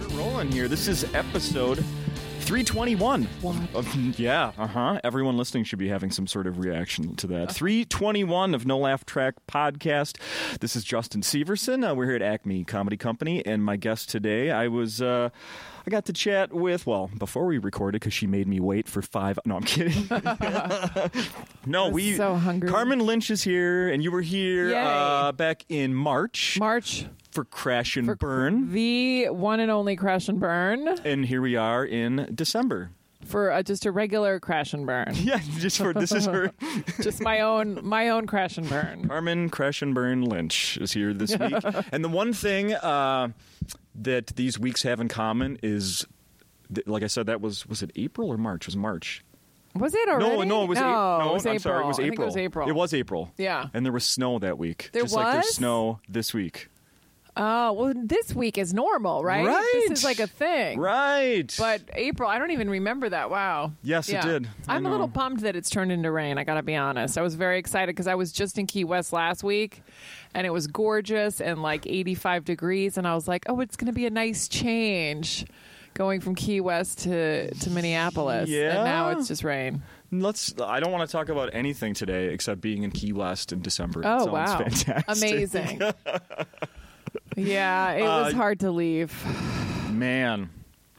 We're rolling here. This is episode 321. Of- yeah, uh huh. Everyone listening should be having some sort of reaction to that. 321 of No Laugh Track Podcast. This is Justin Severson. Uh, we're here at Acme Comedy Company, and my guest today, I was. Uh, I got to chat with, well, before we recorded, because she made me wait for five. No, I'm kidding. no, we. so hungry. Carmen Lynch is here, and you were here Yay. uh, back in March March, for Crash and Burn. the one and only crash and burn and here we are in December. for uh just a regular crash and burn. Yeah, just for this is her. just my own, my own crash and burn. Carmen Crash and Burn Lynch is here this week, and the one thing uh, that these weeks have in common is, th- like I said, that was was it April or March? It was March? Was it already? No, no, it was no, April. it was I'm April. sorry, it was I think April. it was April. It was April. Yeah. and there was snow that week. There just like there's was? snow this week. Oh well, this week is normal, right? Right. This is like a thing, Right. But April, I don't even remember that. Wow. Yes, it did. I I'm a little know. pumped that it's turned into rain. I got to be honest. I was very excited because I was just in Key West last week and it was gorgeous and like 85 degrees. And I was like, oh, it's going to be a nice change going from Key West to, to Minneapolis. Yeah. And now it's just rain. let's. I don't want to talk about anything today except being in Key West in December. It Oh, sounds wow. fantastic. Amazing. yeah, it was Uh, hard to leave. Man.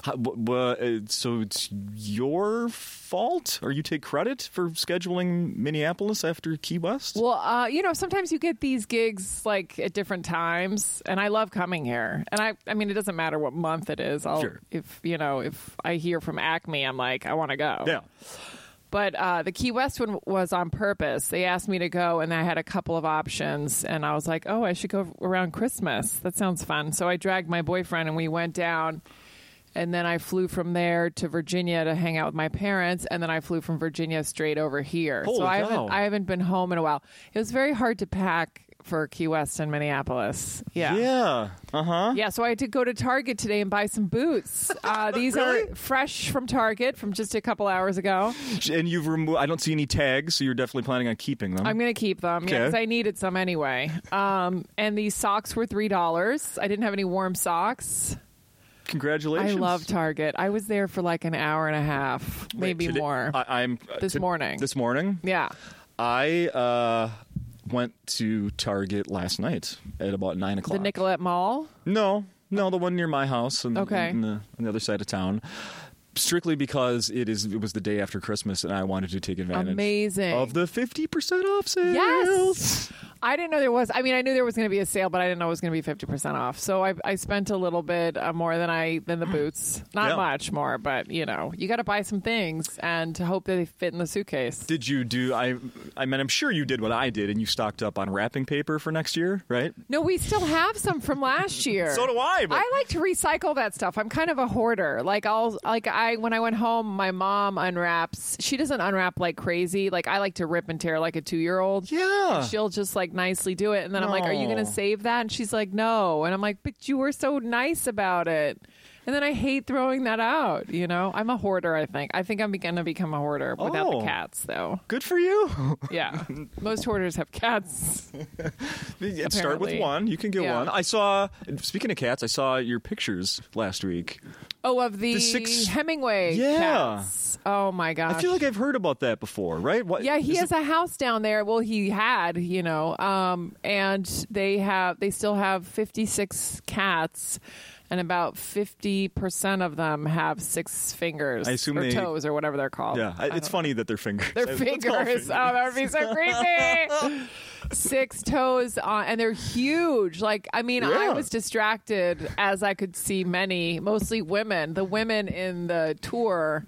How, wh- wh- uh, so it's your fault, or you take credit for scheduling Minneapolis after Key West? Well, uh, you know, sometimes you get these gigs like at different times, and I love coming here. And I, I mean, it doesn't matter what month it is. I'll, Sure. If you know, if I hear from Acme, I'm like, I want to go. yeah. But uh, the Key West one was on purpose. They asked me to go, and I had a couple of options, and I was like, oh, I should go around Christmas. That sounds fun. So I dragged my boyfriend, and we went down. And then I flew from there to Virginia to hang out with my parents, and then I flew from Virginia straight over here. Holy so I cow. haven't I haven't been home in a while. It was very hard to pack for Key West and Minneapolis. Yeah. Yeah. Uh huh. Yeah, so I had to go to Target today and buy some boots. Uh, these Really? are fresh from Target from just a couple hours ago. And you've removed, I don't see any tags, so you're definitely planning on keeping them. I'm gonna keep them because Okay. I needed some anyway. Um, and these socks were three dollars. I didn't have any warm socks. I Congratulations. love Target. I was there for like an hour and a half, Wait, maybe today- more. I, am This morning. This morning? yeah. I uh, went to Target last night at about 9 o'clock. The Nicolette Mall. No, no, the one near my house and Okay. and the, on the other side of town. Strictly because it is it was the day after Christmas and I wanted to take advantage Amazing. of the fifty percent off sale. Yes. I didn't know there was. I mean, I knew there was going to be a sale, but I didn't know it was going to be fifty percent off. So I, I spent a little bit uh, more than I than the boots. Not Yeah. much more, but you know, you got to buy some things and hope that they fit in the suitcase. Did you do I I mean I'm sure you did what I did and you stocked up on wrapping paper for next year, right? No, we still have some from last year. So do I, but- I like to recycle that stuff. I'm kind of a hoarder. Like I'll like I when I went home, my mom unwraps. She doesn't unwrap like crazy. Like I like to rip and tear like a two year old. Yeah. She'll just like nicely do it, and then I'm like, "Are you going No. to save that?" And she's like, "No." And I'm like, "But you were so nice about it." And then I hate throwing that out. You know, I'm a hoarder. I think. I think I'm going to become a hoarder without Oh. the cats, though. Good for you. Yeah, most hoarders have cats. Start with Apparently. one. You can get Yeah. one. I saw. Speaking of cats, I saw your pictures last week. Oh, of the, The six- Hemingway Yeah. cats. Oh my gosh. I feel like I've heard about that before, right? What, yeah, he is has a house down there. Well, he had, you know, um, and they have they still have fifty six cats, and about fifty percent of them have six fingers I assume or they- toes or whatever they're called. Yeah, I- it's funny that they're fingers. Their Let's call it Oh. fingers. Oh, that would be so creepy. Six toes on, and they're huge. Like, I mean, Yeah. I was distracted as I could see many, mostly women. The women in the tour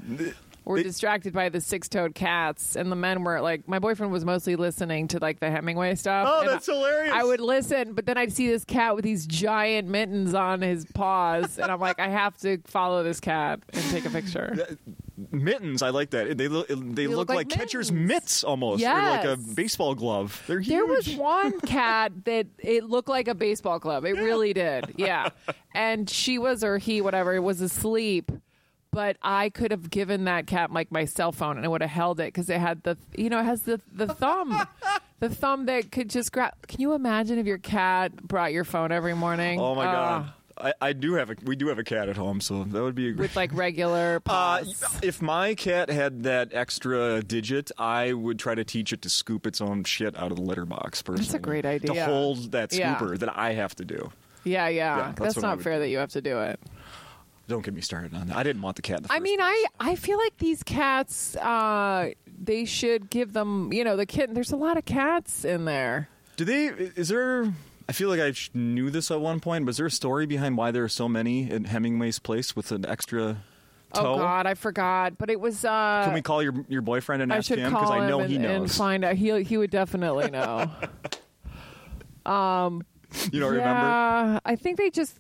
were They- distracted by the six-toed cats, and the men were like, my boyfriend was mostly listening to like the Hemingway stuff. Oh, and that's I- hilarious. I would listen, but then I'd see this cat with these giant mittens on his paws, and I'm like, I have to follow this cat and take a picture. mittens. I like that. They look. They, look, look like, like catcher's mittens. mitts almost, or like a Yes. baseball glove. They're huge. There was one cat that it looked like a baseball club. It really did. Yeah. And she was or he, whatever, was asleep. But I could have given that cat like my cell phone and I would have held it because it had the you know, it has the the thumb. the thumb that could just grab. Can you imagine if your cat brought your phone every morning? Oh my Uh, god. I, I do have a we do have a cat at home, so that would be a great With like regular Uh, paws. if my cat had that extra digit, I would try to teach it to scoop its own shit out of the litter box. Personally, great idea. To hold that Yeah. scooper that I have to do. yeah, yeah, that's That's, what I not would fair do. that you have to do it. Don't get me started on that. I didn't want the cat. In the I first mean, place. I, I feel like these cats, uh, they should give them, you know, the kitten. There's a lot of cats in there. do they? Is there? I feel like I sh- knew this at one point. Was there a story behind why there are so many in Hemingway's place with an extra toe? Oh God, I forgot. But it was. Uh, Can we call your your boyfriend and I ask should him call I know him and, he knows? and find out. He he would definitely know. you don't remember? yeah, I think they just.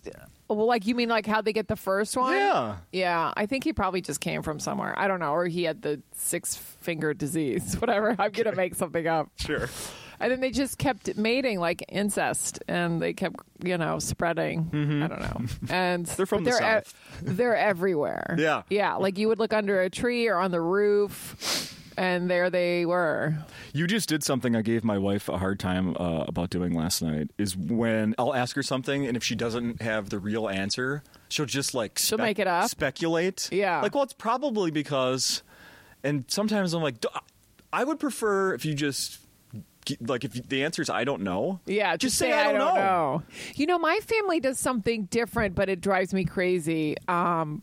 Well, like you mean like how they get the first one? Yeah. yeah. I think he probably just came from somewhere. I don't know, or he had the six finger disease. Whatever. I'm gonna make something up. Sure. And then they just kept mating like incest, and they kept you know spreading. I don't know. And Mm-hmm. They're from but the they're e- South. they're everywhere. Yeah. yeah. Like you would look under a tree or on the roof, and there they were. You just did something I gave my wife a hard time uh, about doing last night. Is when I'll ask her something, and if she doesn't have the real answer, she'll just like She'll make it up? speculate. Yeah. like well, it's probably because. And sometimes I'm like, "D- I would prefer if you just g- like if you- the answer is I don't know. Yeah, just, say, I, don't, know. You know, my family does something different, but it drives me crazy. Um,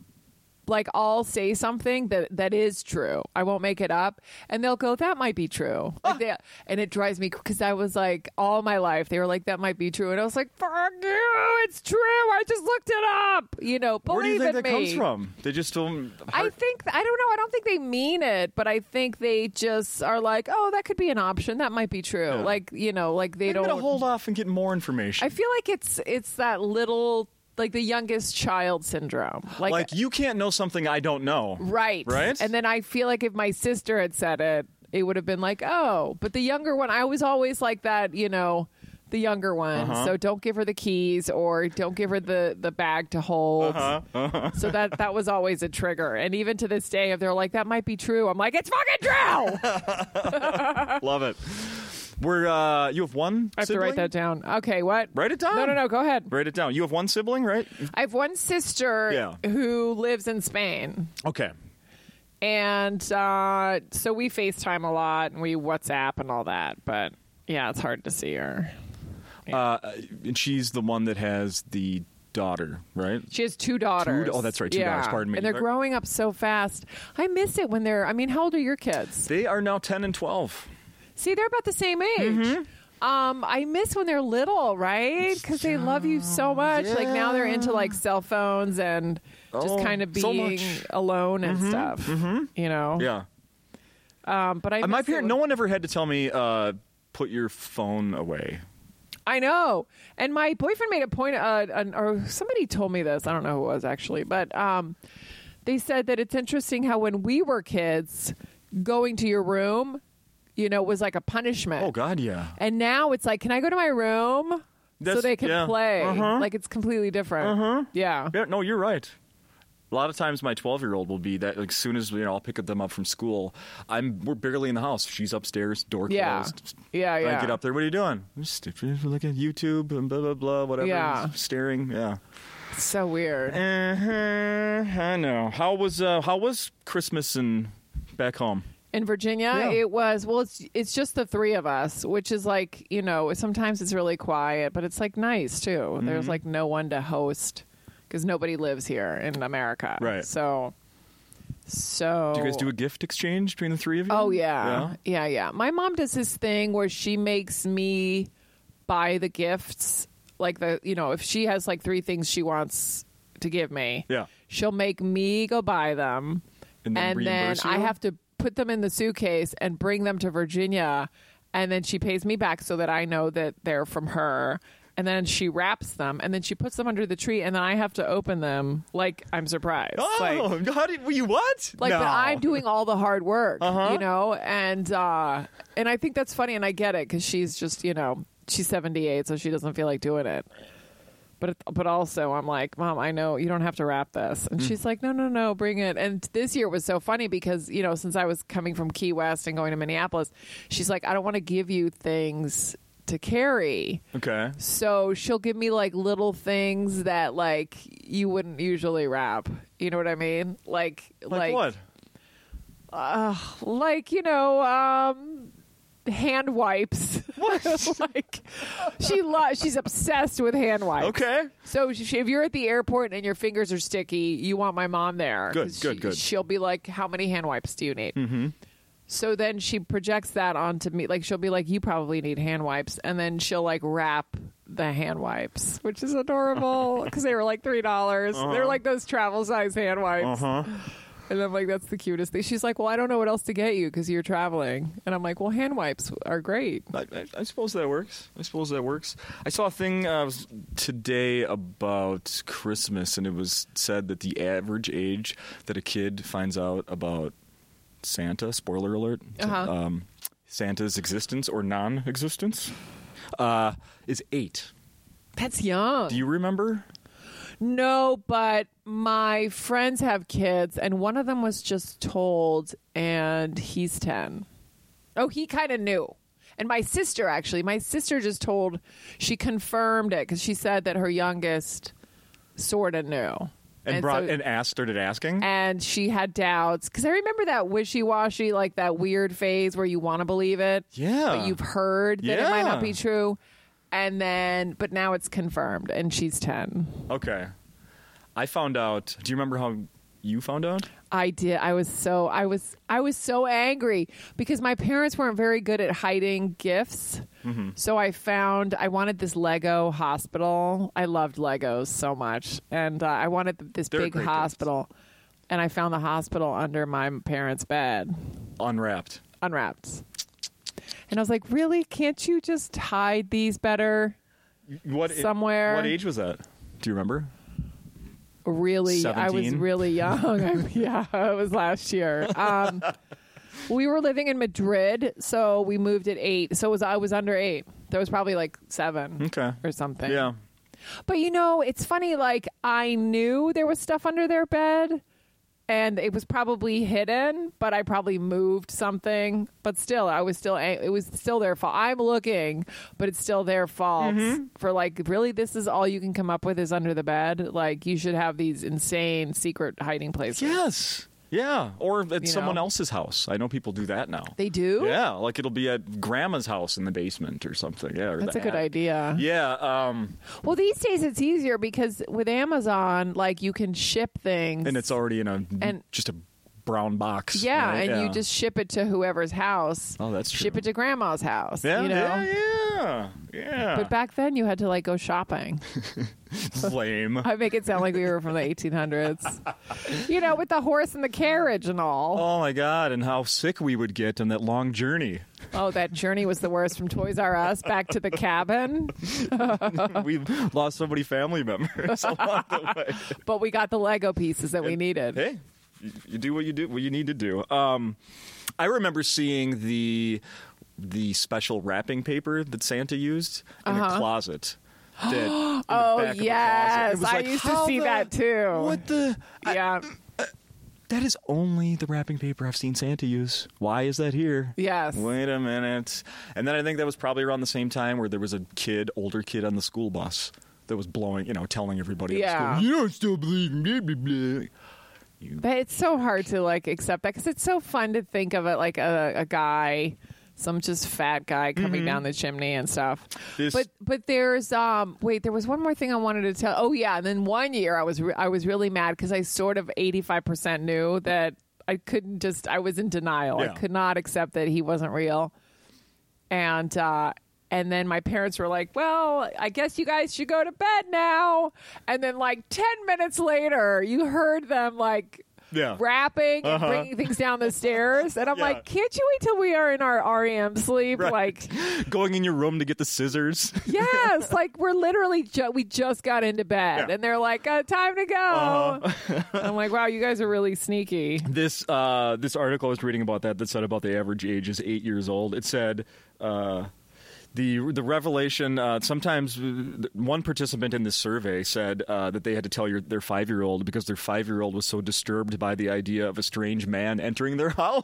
like I'll say something that that is true. I won't make it up, and they'll go, "That might be true," Like, they- and it drives me because I was like all my life they were like, "That might be true," and I was like, "Fuck you, it's true. I just looked it up." You know, believe Where do you think in that me. comes from? They just don't. I think I don't know. I don't think they mean it, but I think they just are like, "Oh, that could be an option. That might be true." Yeah. Like you know, like they I'm don't gonna hold off and get more information. I feel like it's it's that little like the youngest child syndrome. Like, like you can't know something I don't know. right. Right? And then I feel like if my sister had said it, it would have been like, "Oh, but the younger one, I was always like that, you know, the younger one. Uh-huh. So don't give her the keys or don't give her the the bag to hold." Uh-huh. So that that was always a trigger. And even to this day if they're like that might be true, I'm like, "It's fucking true." Love it. We're uh, you have one. I have to write that down. Okay, what? Write it down. No, no, no, go ahead. Write it down. You have one sibling, right? I have one sister Yeah. who lives in Spain. Okay. And uh, so we FaceTime a lot and we WhatsApp and all that. But yeah, it's hard to see her. Uh, and she's the one that has the daughter, right? She has two daughters. oh, that's right, two daughters, pardon me. And they're Right. growing up so fast. I miss it when they're, I mean, how old are your kids? They are now 10 and 12. See, they're about the same age. Mm-hmm. Um, I miss when they're little, right? Because they love you so much. Like now they're into like cell phones and just Oh, kind of so being much. Mm-hmm. alone and stuff. You know. Yeah. Um, but I my miss it parent, when- no one ever had to tell me, uh, put your phone away. I know. And my boyfriend made a point, uh, an, or somebody told me this. I don't know who it was actually, but um, they said that it's interesting how when we were kids, going to your room, you know, was like a punishment. Oh, God, yeah. And now it's like, can I go to my room? so That's- they can yeah. play. Uh-huh. Like it's completely different. Yeah. Yeah, no, you're right. A lot of times, my 12 year old will be that. Like, as soon as you know, I'll pick them up from school. I'm we're barely in the house. She's upstairs, door Yeah. closed. Yeah, I yeah. get up there. What are you doing? I'm just looking at YouTube and blah blah blah. Whatever. Yeah. Staring. Yeah. It's so weird. Uh-huh. I know. How was uh, how was Christmas and back home? In Virginia, Yeah. it was well. It's it's just the three of us, which is like you know sometimes it's really quiet, but it's like nice too. Mm-hmm. There's like no one to host because nobody lives here in America, Right. So, so Do you guys do a gift exchange between the three of you? Oh yeah. yeah, yeah, My mom does this thing where she makes me buy the gifts, like the you know if she has like three things she wants to give me, Yeah. she'll make me go buy them And then and then reimburse I you? have to put them in the suitcase and bring them to Virginia, and then she pays me back so that I know that they're from her. And then she wraps them, and then she puts them under the tree, and then I have to open them like I'm surprised. Oh, Like, how did you what? like no. Uh-huh. that I'm doing all the hard work, you know, and uh, and I think that's funny, and I get it because she's just you know she's 78, so she doesn't feel like doing it. But it- but also I'm like, Mom, I know you don't have to wrap this, Mm. and she's like, No, no, no, bring it. And this year was so funny because you know since I was coming from Key West and going to Minneapolis, she's like, I don't want to give you things to carry. Okay. So she'll give me like little things that like you wouldn't usually wrap. You know what I mean? Like Like, like what? like you know um hand wipes. What? like she lo- she's obsessed with hand wipes. Okay. So sh- if you're at the airport and your fingers are sticky, you want my mom there. Good, 'Cause good, she- good. She'll be like, "How many hand wipes do you need?" Mm-hmm. So then she projects that onto me. Like she'll be like, "You probably need hand wipes," and then she'll like wrap the hand wipes, which is adorable because they were like three dollars. Uh-huh. They're like those travel size hand wipes. Uh huh. And I'm like, that's the cutest thing. She's like, well, I don't know what else to get you because you're traveling. And I'm like, well, hand wipes are great. I, I, I suppose that works. I suppose that works. I saw a thing uh, was today about Christmas, and it was said that the average age that a kid finds out about Santa, spoiler alert, Uh-huh. um, Santa's existence or non existence, uh, is eight. That's young. Do you remember? no, but my friends have kids, and one of them was just told, and he's 10. Oh, he kind of knew. And my sister, actually, my sister just told, she confirmed it because she said that her youngest sort of knew. And, brought so- and asked, started asking. and she had doubts because I remember that wishy-washy, like that weird phase where you want to believe it, Yeah. but you've heard that it Yeah. might not be true, and then but now it's confirmed, and she's ten. okay. I found out. Do you remember how you found out? I did. I was so I was I was so angry because my parents weren't very good at hiding gifts. Mm-hmm. So I found I wanted this Lego hospital. I loved Legos so much, and uh, I wanted th- this They're big great hospital. And I found the hospital under my parents' bed. Unwrapped. unwrapped. And I was like, really? Can't you just hide these better? What a- Somewhere. What age was that? Do you remember? Really? I was 17? really young. I- yeah, it was last year. Um, we were living in Madrid, so we moved at eight. So it was I was under eight. There was probably like seven Okay. or something. Hmm. Yeah. But you know, it's funny. Like I knew there was stuff under their bed, and it was probably hidden. But I probably moved something. But still, I was still. ang- It was still their fault. I'm looking, but it's still their fault for like really. This is all you can come up with is under the bed. Like you should have these insane secret hiding places. Yes. Yeah. Or at You someone know? else's house. I know people do that now. They do. yeah. Like it'll be at grandma's house in the basement or something. Yeah. or That's a the good attic. idea. Yeah. Um, Well, these days it's easier because with Amazon, like you can ship things and it's already in a And- just a brown box. Yeah, right? and you just ship it to whoever's house. Oh, that's Ship true. it to grandma's house. yeah, you know. yeah, yeah, yeah. But back then, you had to like go shopping. Lame. I make it sound like we were from the 1800s. you know, with the horse and the carriage and all. Oh my God! And how sick we would get on that long journey. Oh, that journey was the worst from Toys R Us back to the cabin. we lost so many family members along the way. But we got the Lego pieces that we needed. hey, you, you do what you do, what you need to do. Um, I remember seeing the the special wrapping paper that Santa used in a closet. That, in the Uh-huh. Oh, back of the closet. It yes. was I like, used to how see the- that, too. What the? I- Yeah. that is only the wrapping paper I've seen Santa use. Why is that here? Yes. Wait a minute. And then I think that was probably around the same time where there was a kid, older kid on the school bus that was blowing, you know, telling everybody. at the Yeah. school, you don't still believe in blah, blah, blah." But it's so hard to like accept that because it's so fun to think of it like a, a guy, some just fat guy coming Mm-hmm. down the chimney and stuff. This- But but there's um wait there was one more thing I wanted to tell. Oh yeah, and then one year I was re- I was really mad because I sort of eighty five percent knew that I couldn't just I was in denial. Yeah. I could not accept that he wasn't real, and uh, and then my parents were like, "Well, I guess you guys should go to bed now." And then like ten minutes later, you heard them like Yeah. rapping Uh-huh. and bringing things down the stairs. And I'm Yeah. like, can't you wait till we are in our REM sleep? Right. Like, Going in your room to get the scissors. yes, like we're literally ju- we just got into bed, Yeah. Uh-huh. and they're like, uh, time to go. I'm like, wow, you guys are really sneaky. this uh, this article I was reading about that that said about the average age is eight years old. It said uh, the the revelation. Uh, sometimes uh, one participant in this survey said uh, that they had to tell your, their five year old because their five year old was so disturbed by the idea of a strange man entering their house.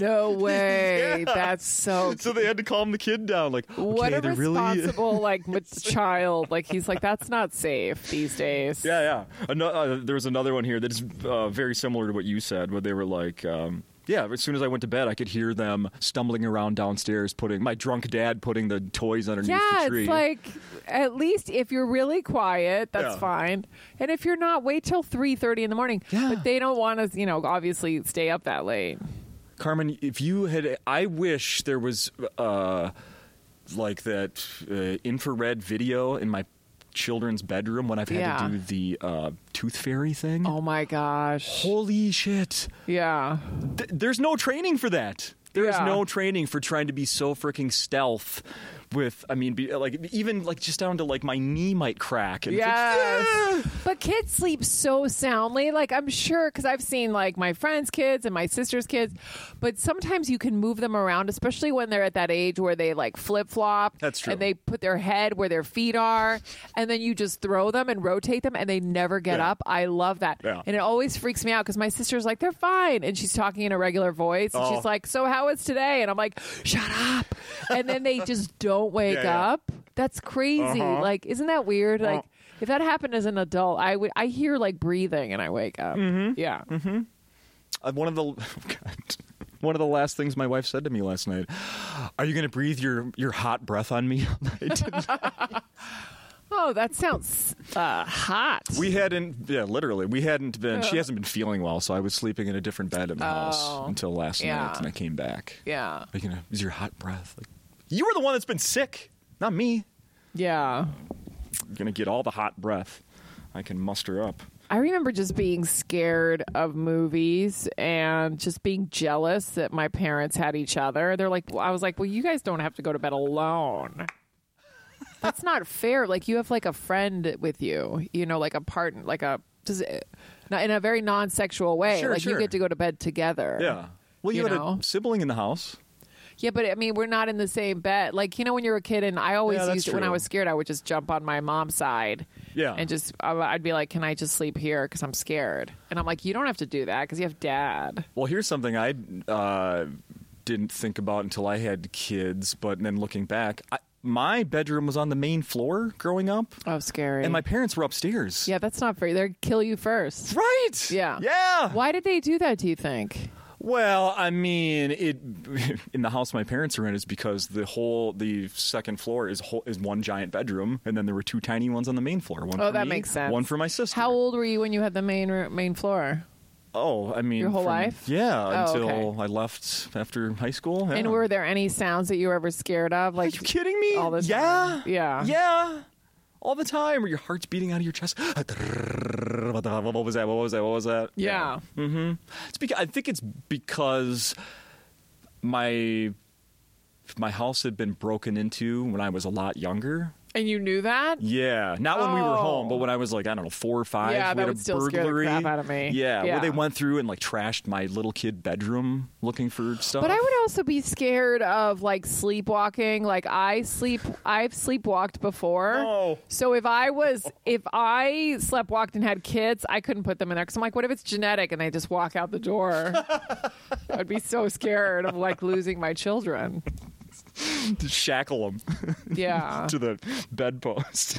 No way. Yeah. That's so. So they had to calm the kid down. Like, okay, What a they're really responsible like ma- child. Like he's like that's not safe these days. Yeah, yeah. Ano- uh, there was another one here that's uh, very similar to what you said, where they were like, um, yeah, as soon as I went to bed, I could hear them stumbling around downstairs, putting my drunk dad putting the toys underneath Yeah, the tree. it's like at least if you're really quiet, that's Yeah. fine. And if you're not, wait till three thirty in the morning. Yeah. But they don't want to, you know, obviously stay up that late. Carmen, if you had, I wish there was uh, like that uh, infrared video in my children's bedroom when I've had Yeah. to do the uh, tooth fairy thing. Oh my gosh. Holy shit. Yeah. Th- there's no training for that. There is Yeah. no training for trying to be so freaking stealth. With, I mean, be, like even like just down to like my knee might crack. And it's like, Yes. But kids sleep so soundly. Like, I'm sure, because I've seen like my friends' kids and my sister's kids, but sometimes you can move them around, especially when they're at that age where they like flip flop. That's true. And they put their head where their feet are, and then you just throw them and rotate them, and they never get Yeah. up. I love that. Yeah. And it always freaks me out because my sister's like, they're fine. And she's talking in a regular voice, and Oh. she's like, so how is today? And I'm like, shut up. And then they just don't wake Yeah, yeah. up. That's crazy. Uh-huh. Like, isn't that weird? Like, if that happened as an adult, I would. I hear like breathing and I wake up. Mm-hmm. Yeah. Uh, one of the God. one of the last things my wife said to me last night. Are you going to breathe your your hot breath on me? I didn't- Oh, that sounds uh, hot. we hadn't, yeah, literally, we hadn't been. She hasn't been feeling well, so I was sleeping in a different bed at my Oh. house until last Yeah. night, and I came back. yeah. Are you gonna? Is your hot breath? Like, you were the one that's been sick, not me. Yeah. gonna get all the hot breath I can muster up. I remember just being scared of movies and just being jealous that my parents had each other. They're like, I was like, well, you guys don't have to go to bed alone. That's not fair. Like you have like a friend with you, you know, like a partner, like a just not in a very non-sexual way. Sure, like you sure. get to go to bed together. Yeah. Well, you, You had know? a sibling in the house. Yeah, but I mean, we're not in the same bed. Like you know, when you're a kid, and I always Yeah, that's used to, when I true. was scared, I would just jump on my mom's side. Yeah. and just I- I'd be like, "Can I just sleep here? Because I'm scared." And I'm like, "You don't have to do that because you have dad." Well, here's something I uh, didn't think about until I had kids, but then looking back, I, my bedroom was on the main floor growing up, Oh, scary. and my parents were upstairs. yeah, that's not fair. They'd kill you first. Right. Yeah. Yeah. Why did they do that? Do you think? Well, I mean, it in the house my parents are in is because the whole the second floor is whole, is one giant bedroom, and then there were two tiny ones on the main floor. One Oh, for that me, makes sense. One for my sister. How old were you when you had the main ro- main floor? Oh, I mean, Your whole from- life? Yeah, Oh, until okay. I left after high school. yeah. And were there any sounds that you were ever scared of? Are Like, you kidding me? all the yeah, time. Yeah. yeah, all the time. Where your heart's beating out of your chest. what was that? What was that? What was that? yeah, It's because I think it's because my my house had been broken into when I was a lot younger. and you knew that. Yeah, not when we were home, Oh. but when I was like I don't know four or five. Yeah, we that had a would still scare the burglary. crap out of me. Yeah, Yeah. where they went through and like trashed my little kid bedroom looking for stuff. But I would also be scared of like sleepwalking. Like I sleep, I've sleepwalked before. No. So if I was, if I sleptwalked and had kids, I couldn't put them in there because I'm like, what if it's genetic and they just walk out the door? I'd be so scared of like losing my children. to shackle them Yeah. to the bedpost.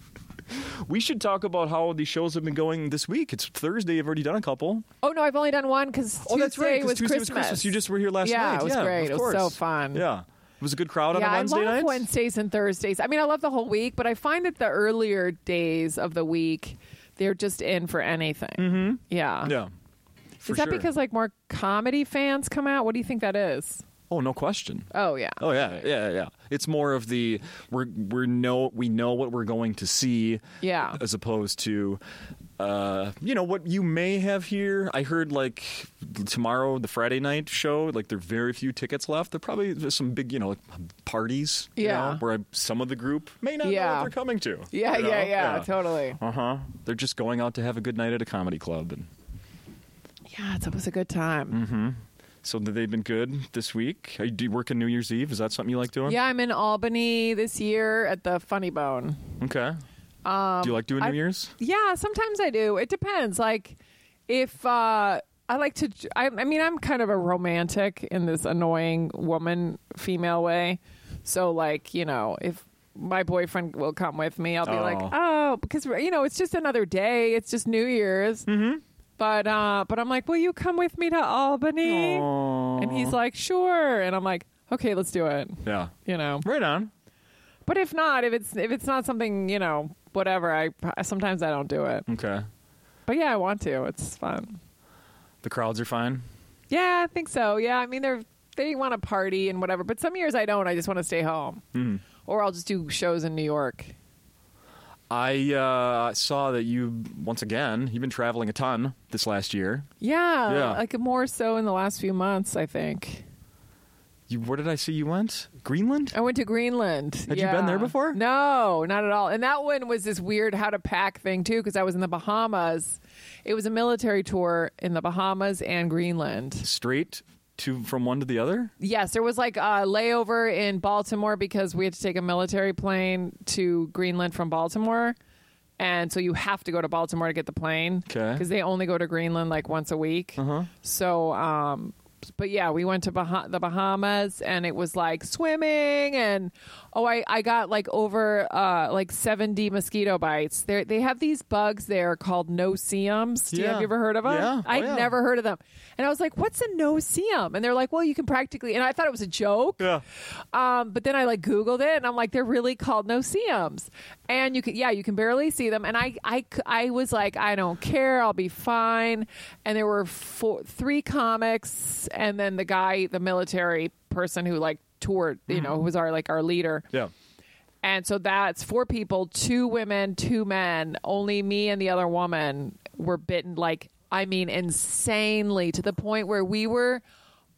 we should talk about how the shows have been going this week. It's Thursday. I've already done a couple. Oh no, I've only done one because Tuesday, oh, that's right. 'cause was, Tuesday Christmas. was Christmas. You just were here last Yeah, night. it was yeah, great. Of It was so course. fun. Yeah. It was a good crowd on yeah, a Wednesday I love night. Wednesdays and Thursdays. I mean, I love the whole week, but I find that the earlier days of the week, they're just in for anything. Mm-hmm. Yeah. Yeah. For is that sure. because like more comedy fans come out? What do you think that is? Oh, no question. Oh yeah. Oh yeah, yeah, yeah. It's more of the we're we're know we know what we're going to see. Yeah. As opposed to uh, you know what you may have here. I heard like tomorrow the Friday night show, like there're very few tickets left. There probably there's some big, you know, like parties, you Yeah. know, where some of the group may not know Yeah. what they're coming to. Yeah, you know? yeah, yeah, totally. Uh-huh. They're just going out to have a good night at a comedy club and Mm-hmm. Yeah, it's- it was a good time. So th- they've been good this week. Uh, Do you work on New Year's Eve? Is that something you like doing? Yeah, I'm in Albany this year at the Funny Bone. Okay. Um, Do you like doing I- New Year's? Yeah, sometimes I do. It depends. Like if uh I like to I, I mean I'm kind of a romantic in this annoying woman female way. So like, you know, if my boyfriend will come with me, I'll be like, Oh. "Oh, because you know, it's just another day. It's just New Year's." Mm-hmm. Mhm. But uh but I'm like, "Will you come with me to Albany?" Aw. And he's like, "Sure." And I'm like, "Okay, let's do it." Yeah. You know. Right on. But if not, if it's if it's not something, you know, whatever, I sometimes I don't do it. Okay. But yeah, I want to. It's fun. The crowds are fine. Yeah, I think so. Yeah, I mean they're they want to party and whatever, but some years I don't. I just want to stay home, Mm-hmm. or I'll just do shows in New York. I uh, saw that you once again. You've been traveling a ton this last year. Yeah, Yeah. like more so in the last few months. I think You, where did I see you went? Greenland. I went to Greenland. Had you been there Yeah. before? No, not at all. And that one was this weird how to pack thing too, because I was in the Bahamas. It was a military tour in the Bahamas and Greenland. Straight to from one to the other. Yes, there was like a layover in Baltimore because we had to take a military plane to Greenland from Baltimore. And so you have to go to Baltimore to get the plane. 'Kay. Because they only go to Greenland like once a week. Uh-huh. So, um, but yeah, we went to bah- the Bahamas and it was like swimming and oh, I, I got like over uh, like 70 mosquito bites. They they have these bugs there called noceums. Do you, Yeah. have you ever heard of them? Yeah. Oh, I'd yeah. never heard of them. And I was like, what's a noceum? And they're like, well, you can practically, and I thought it was a joke. Yeah. Um, but then I like Googled it and I'm like, they're really called noceums. And you can, yeah, you can barely see them. And I, I, c- I was like, I don't care. I'll be fine. And there were four, three comics and then the guy, the military person who like toured, you know, who was our, like our leader. Yeah. And so that's four people, two women, two men. Only me and the other woman were bitten, like, I mean, insanely to the point where we were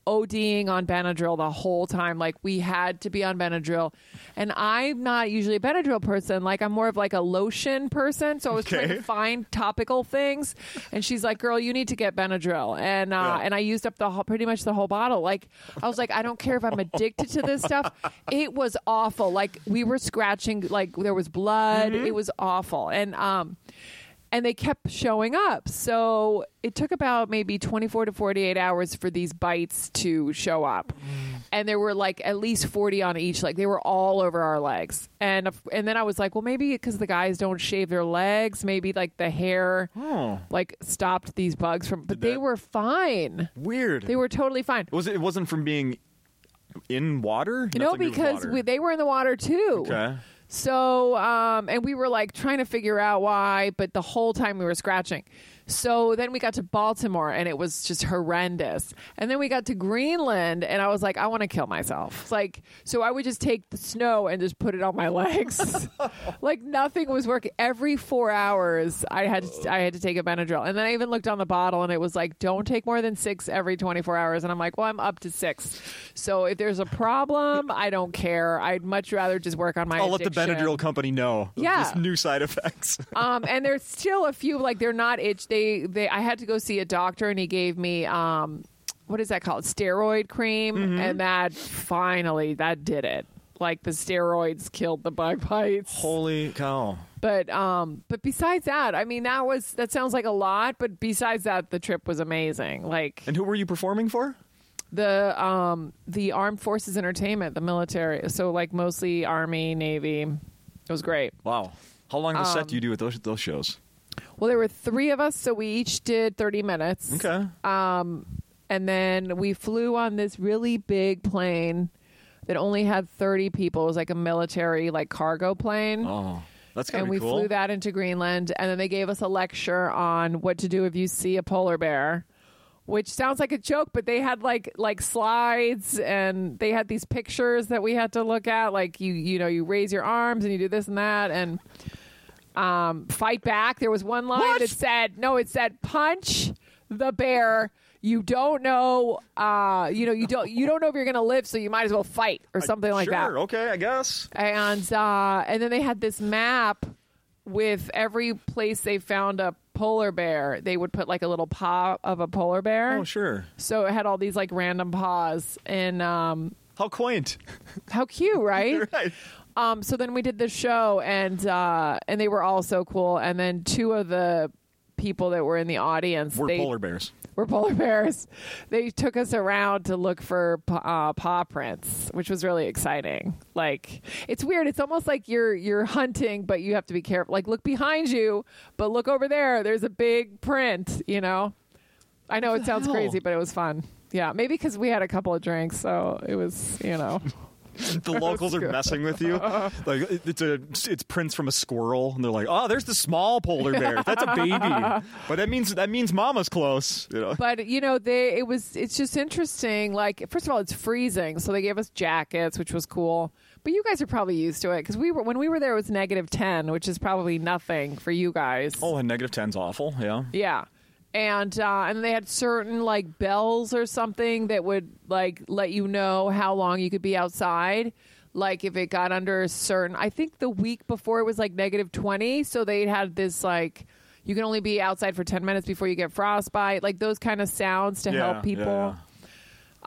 ODing on Benadryl the whole time. Like, we had to be on Benadryl. And I'm not usually a Benadryl person. Like, I'm more of like a lotion person. So I was trying Okay. to find topical things. And she's like, girl, you need to get Benadryl. And, uh, Yeah. and I used up the whole, pretty much the whole bottle. Like I was like, I don't care if I'm addicted to this stuff. It was awful. Like we were scratching, like there was blood. It was awful. And um, and they kept showing up. So it took about maybe 24 to 48 hours for these bites to show up. And there were like at least 40 on each leg. They were all over our legs. And and then I was like, well, maybe because the guys don't shave their legs, maybe like the hair Oh, like stopped these bugs from but they that- were fine weird. they were totally fine was it? It wasn't from being in water. no Nothing to do with because water. we, they were in the water too Okay. so um and we were like trying to figure out why but the whole time we were scratching so then we got to baltimore and it was just horrendous and then we got to greenland and i was like i want to kill myself it's like so i would just take the snow and just put it on my legs like nothing was working every four hours i had to, i had to take a benadryl and then i even looked on the bottle and it was like don't take more than six every 24 hours and i'm like well i'm up to six so if there's a problem i don't care i'd much rather just work on my I'll let the addiction. Benadryl company know. of Yeah. This new side effects. um and there's still a few like they're not itch they they i had to go see a doctor and he gave me um what is that called steroid cream Mm-hmm. and that finally that did it like the steroids killed the bug bites Holy cow. but um but besides that i mean that was that sounds like a lot but besides that the trip was amazing like And who were you performing for? the um the armed forces entertainment the military so like mostly army navy it was great Wow. How long of Um, a set do you do at those those shows? well there were three of us so we each did 30 minutes Okay. and then we flew on this really big plane that only had 30 people it was like a military like cargo plane oh, that's gonna and be we cool. flew that into Greenland, and then they gave us a lecture on what to do if you see a polar bear, which sounds like a joke, but they had like like slides, and they had these pictures that we had to look at, like you you know you raise your arms and you do this and that, and um, fight back. There was one line What? that said, no, it said punch the bear. You don't know, uh, you know, you don't you don't know if you're gonna live, so you might as well fight or something like Uh, sure, that Okay, I guess. and uh, and then they had this map with every place they found a polar bear, they would put like a little paw of a polar bear. Oh, sure. So it had all these like random paws, and um, How quaint. how cute, right? right. Um, so then we did this show, and uh, and they were all so cool. And then two of the people that were in the audience We're they polar bears. were polar bears. They took us around to look for pa- uh, paw prints, which was really exciting. Like it's weird. It's almost like you're you're hunting, but you have to be careful. Like look behind you, but look over there. There's a big print. You know. I know it sounds hell? crazy, but it was fun. Yeah, maybe because we had a couple of drinks, so it was you know. The locals are good. messing with you. Uh-huh. Like it- it's a it's prints from a squirrel, and they're like, "Oh, there's the small polar bear. That's a baby." but that means that means mama's close. You know. but you know they it was it's just interesting like first of all it's freezing so they gave us jackets which was cool but you guys are probably used to it because we were when we were there it was negative 10 which is probably nothing for you guys Oh, and negative ten's awful. Yeah. yeah and uh, and they had certain like bells or something that would like let you know how long you could be outside like if it got under a certain i think the week before it was like negative 20 so they had this like you can only be outside for 10 minutes before you get frostbite like those kind of sounds to Yeah, help people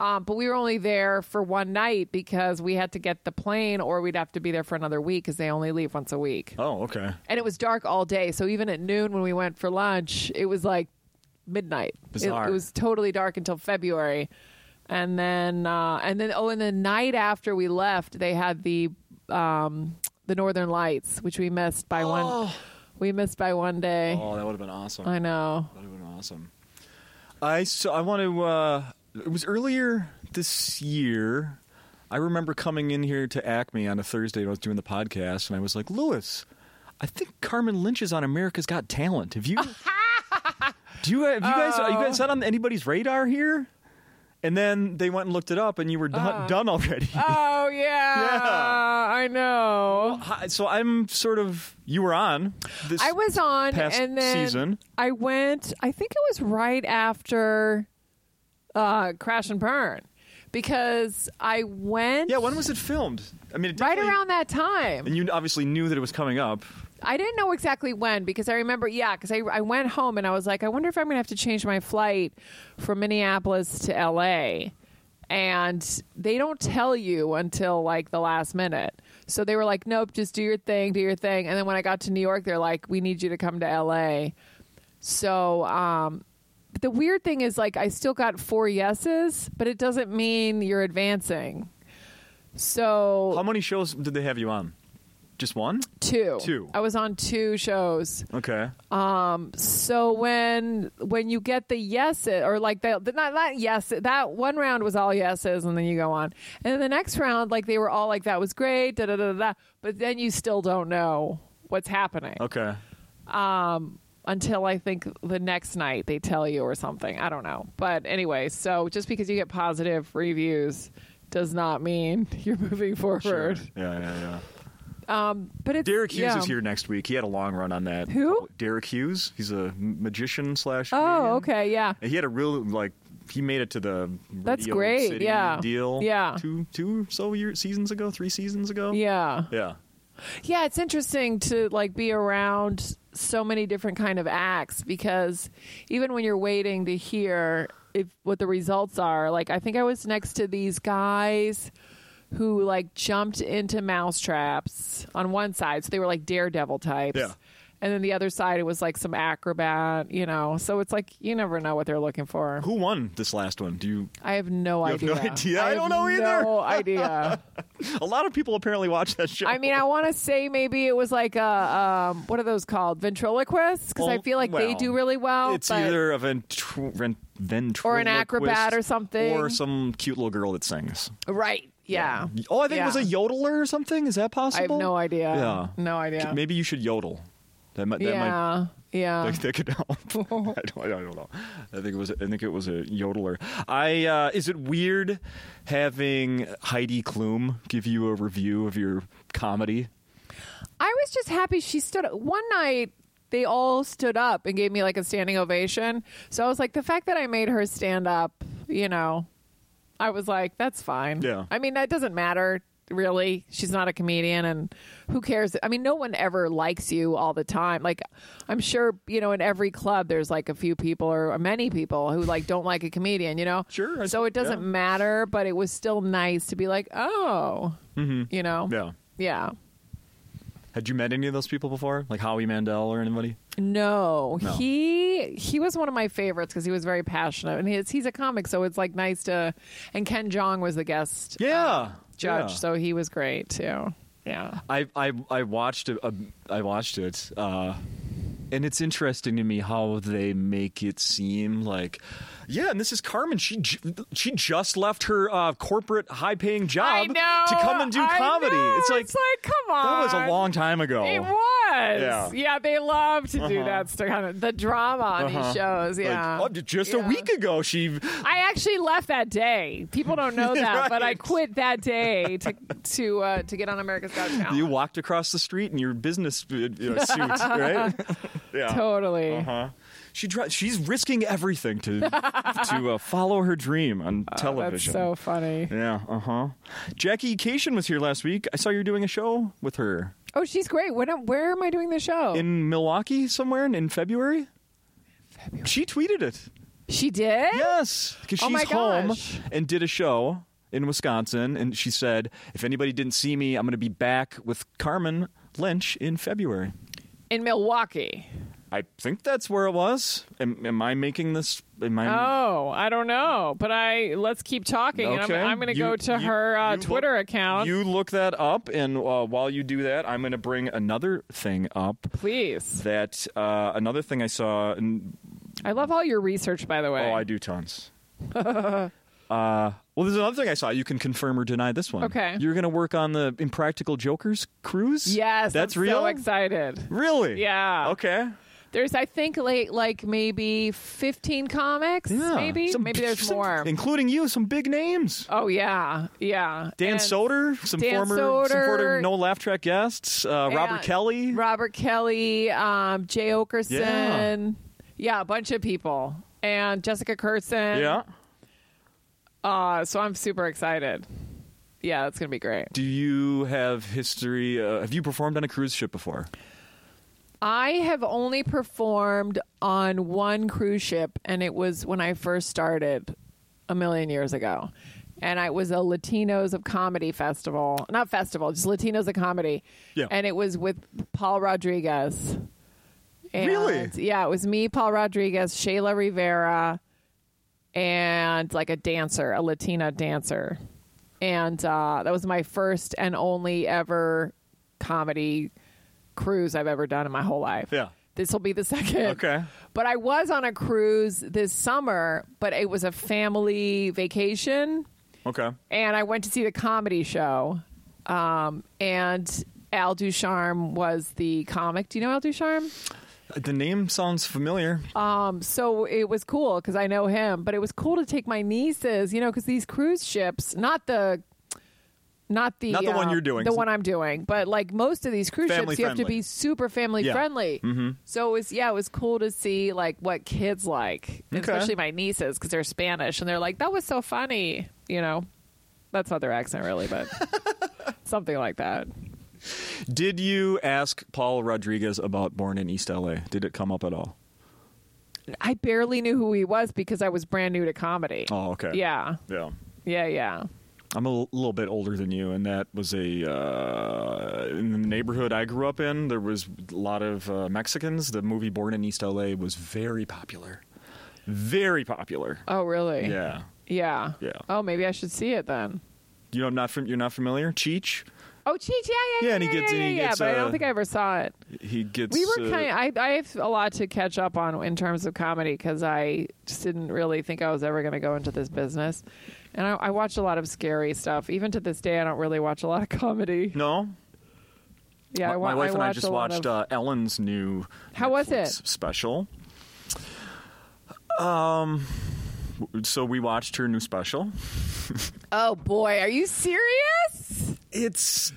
yeah. um, but we were only there for one night because we had to get the plane or we'd have to be there for another week because they only leave once a week Oh, okay. and it was dark all day. So even at noon when we went for lunch, it was like midnight. It- Bizarre. It, was totally dark until February, and then uh, and then oh, and the night after we left, they had the um, the Northern Lights, which we missed by one. We missed by one day. Oh, that would have been awesome. I know. That would have been awesome. I so I want to. Uh, it was earlier this year. I remember coming in here to Acme on a Thursday. when I was doing the podcast, and I was like, Lewis, I think Carmen Lynch is on America's Got Talent. Have you? do you have you guys? Are you Oh. guys not on anybody's radar here? And then they went and looked it up, and you were done, Uh. done already. Oh yeah, Yeah. I know. Hi- so I'm sort of you were on. This I was on, past and then season. I went. I think it was right after uh, Crash and Burn because I went. Yeah, when was it filmed? I mean, it right definitely- around that time. And you obviously knew that it was coming up. I didn't know exactly when because I remember, yeah, because I, I went home and I was like, I wonder if I'm going to have to change my flight from Minneapolis to LA. And they don't tell you until like the last minute. So they were like, nope, just do your thing, do your thing. And then when I got to New York, they're like, we need you to come to LA. So, um, but the weird thing is, like, I still got four yeses, but it doesn't mean you're advancing. So, How many shows did they have you on? Just one? two. Two. I was on two shows. Okay. Uh, So when when you get the yes it, or like the, the not not yes it, that one round was all yeses and then you go on and then the next round like they were all like that was great da da da da da. but then you still don't know what's happening Okay. until I think the next night they tell you or something I don't know but anyway so just because you get positive reviews does not mean you're moving forward Yeah, yeah, yeah. but it's Derek Hughes yeah. is here next week. He had a long run on that. Who? Derek Hughes. He's a magician slash. oh comedian. okay yeah And He had a real like. He made it to the. That's Radio great, City yeah. Deal. Yeah. Two two so year, seasons ago, three seasons ago. yeah Yeah. yeah it's interesting to like be around so many different kind of acts because even when you're waiting to hear if what the results are like i think i was next to these guys who like jumped into mousetraps on one side so they were like daredevil types Yeah. and then the other side it was like some acrobat you know so it's like you never know what they're looking for Who won this last one? Do you? i have no You have idea no idea? I have don't know either. no idea A lot of people apparently watch that show. I mean, I want to say maybe it was like a um, what are those called ventriloquists? Because I Well, feel like they Oh, well, do really well. it's but- either a ventru- ven- ventriloquist Or an acrobat or something. or some cute little girl that sings. right, yeah. Oh, I think it was a Yeah. yodeler or something. Is that I have possible? no idea. Yeah. no idea. Maybe you should yodel. That might. That might yeah, yeah. that, that could help. I, don't, I don't know. I think it was. I think it was a yodeler. I uh, is it weird having Heidi Klum give you a review of your comedy? I was just happy she stood up. One night, they all stood up and gave me like a standing ovation. So I was like, the fact that I made her stand up, you know, I was like, that's fine. Yeah. I mean, that doesn't matter really she's not a comedian and who cares i mean no one ever likes you all the time like i'm sure you know in every club there's like a few people or many people who like don't like a comedian you know Sure, I so s- it doesn't yeah. matter but it was still nice to be like oh you know Mm-hmm. Yeah. yeah Had you met any of those people before? Like Howie Mandel or anybody? No, No. he he was one of my favorites because he was very passionate, and he's he's a comic, so it's like nice to. And Ken Jong was the guest Yeah. judge, Yeah. so he was great too. Yeah, I I I watched a, a, I watched it, uh, and it's interesting to me how they make it seem like, yeah, and this is Carmen. She ju- she just left her uh, corporate high paying I job know Ah, to come and do I comedy. know, It's like come on, that was a long time ago. It was, Yeah. yeah. They love to do Uh-huh. that stuff, kind of the drama on Uh-huh. these shows. Like, Yeah, oh, just a Yeah. week ago, she I actually left that day. People don't know that, but I Right. quit that day to to uh, to get on America's Got Talent. you walked across the street in your business uh, you know, suit, right? yeah. totally. Huh? She dri- she's risking everything to to uh, follow her dream on Oh, That's television. so funny. Yeah, uh huh. Jackie Cation was here last week. I saw you're doing a show with her Oh, she's great. When, am- where am I doing the show? in Milwaukee somewhere in, in February. She tweeted it. she did? Yes, because Oh she's my home gosh. and did a show in Wisconsin, and she said, "If anybody didn't see me, I'm going to be back with Carmen Lynch in February." In Milwaukee. I think that's where it was. Am, am I making this? Am I? Oh, I don't know, but I let's keep talking. and Okay. I'm, I'm going to You- go to you- her uh, you look- Twitter account, You look that up, and uh, while you do that, I'm going to bring another thing up. please. That uh, another thing I saw, and I love all your research, by the way. Oh, I do tons. uh, well, there's another thing I saw. You can confirm or deny this one. Okay. You're going to work on the Impractical Jokers cruise? Yes, That's I'm real? So excited. Really? Yeah. Okay. There's, I think, like, like maybe 15 comics, Yeah. maybe, Some- maybe there's some- more. Including you, some big names. Oh yeah, yeah. Dan And- Soder, some Dan former, some former Soder. no laugh track guests. Uh, Robert And Kelly. Robert Kelly, um, Jay Okerson. Yeah. a bunch of people. And Jessica Curson. yeah. Uh, so I'm super excited. Yeah, it's going to be great. Do you have history? Uh, have you performed on a cruise ship before? I have only performed on one cruise ship, and it was when I first started a million years ago. And I was a Latinos of Comedy festival, not festival, just Latinos of Comedy. Yeah. And it was with Paul Rodriguez. And, Really? Yeah, it was me, Paul Rodriguez, Shayla Rivera, and like a dancer, a Latina dancer. And uh, that was my first and only ever comedy cruise I've ever done in my whole life. Yeah. This will be the second. Okay. But I was on a cruise this summer, but it was a family vacation Okay. and I went to see the comedy show. Um, and Al Ducharme was the comic. Do you know Al Ducharme? The name sounds familiar. Um, so it was cool because I know him, but it was cool to take my nieces, you know, because these cruise ships, not the. Not the Not the one uh, you're doing. the one I'm doing, but like most of these cruise Family ships, you have to friendly. be super family Yeah. Mm-hmm. friendly. So it was yeah, it was cool to see like what kids like, and Okay. especially my nieces because they're Spanish and they're like that was so funny, you know. That's not their accent really, but something like that. Did you ask Paul Rodriguez about Born in East LA? Did it come up at all? I barely knew who he was because I was brand new to comedy. Oh, okay. Yeah, Yeah. yeah, yeah. I'm a l- little bit older than you, and that was a uh, in the neighborhood I grew up in. There was a lot of uh, Mexicans. The movie Born in East LA was very popular, very popular. Oh, really? Yeah, Yeah. Yeah. Oh, maybe I should see it then. you know, I'm not from, you're not familiar. Cheech, Oh, Cheech, yeah, yeah, Yeah, yeah, and he gets- yeah, and he yeah, gets, but I uh, don't think I ever saw it. he gets. We were uh, kind. Of, I I have a lot to catch up on in terms of comedy because I just didn't really think I was ever going to go into this business, and I, I watch a lot of scary stuff. Even to this day, I don't really watch a lot of comedy. no. Yeah, my, I, wa- my wife and I watch just a lot watched of- uh, Ellen's new. How was Netflix it? Special. Um, so we watched her new special. oh boy, are you serious? It's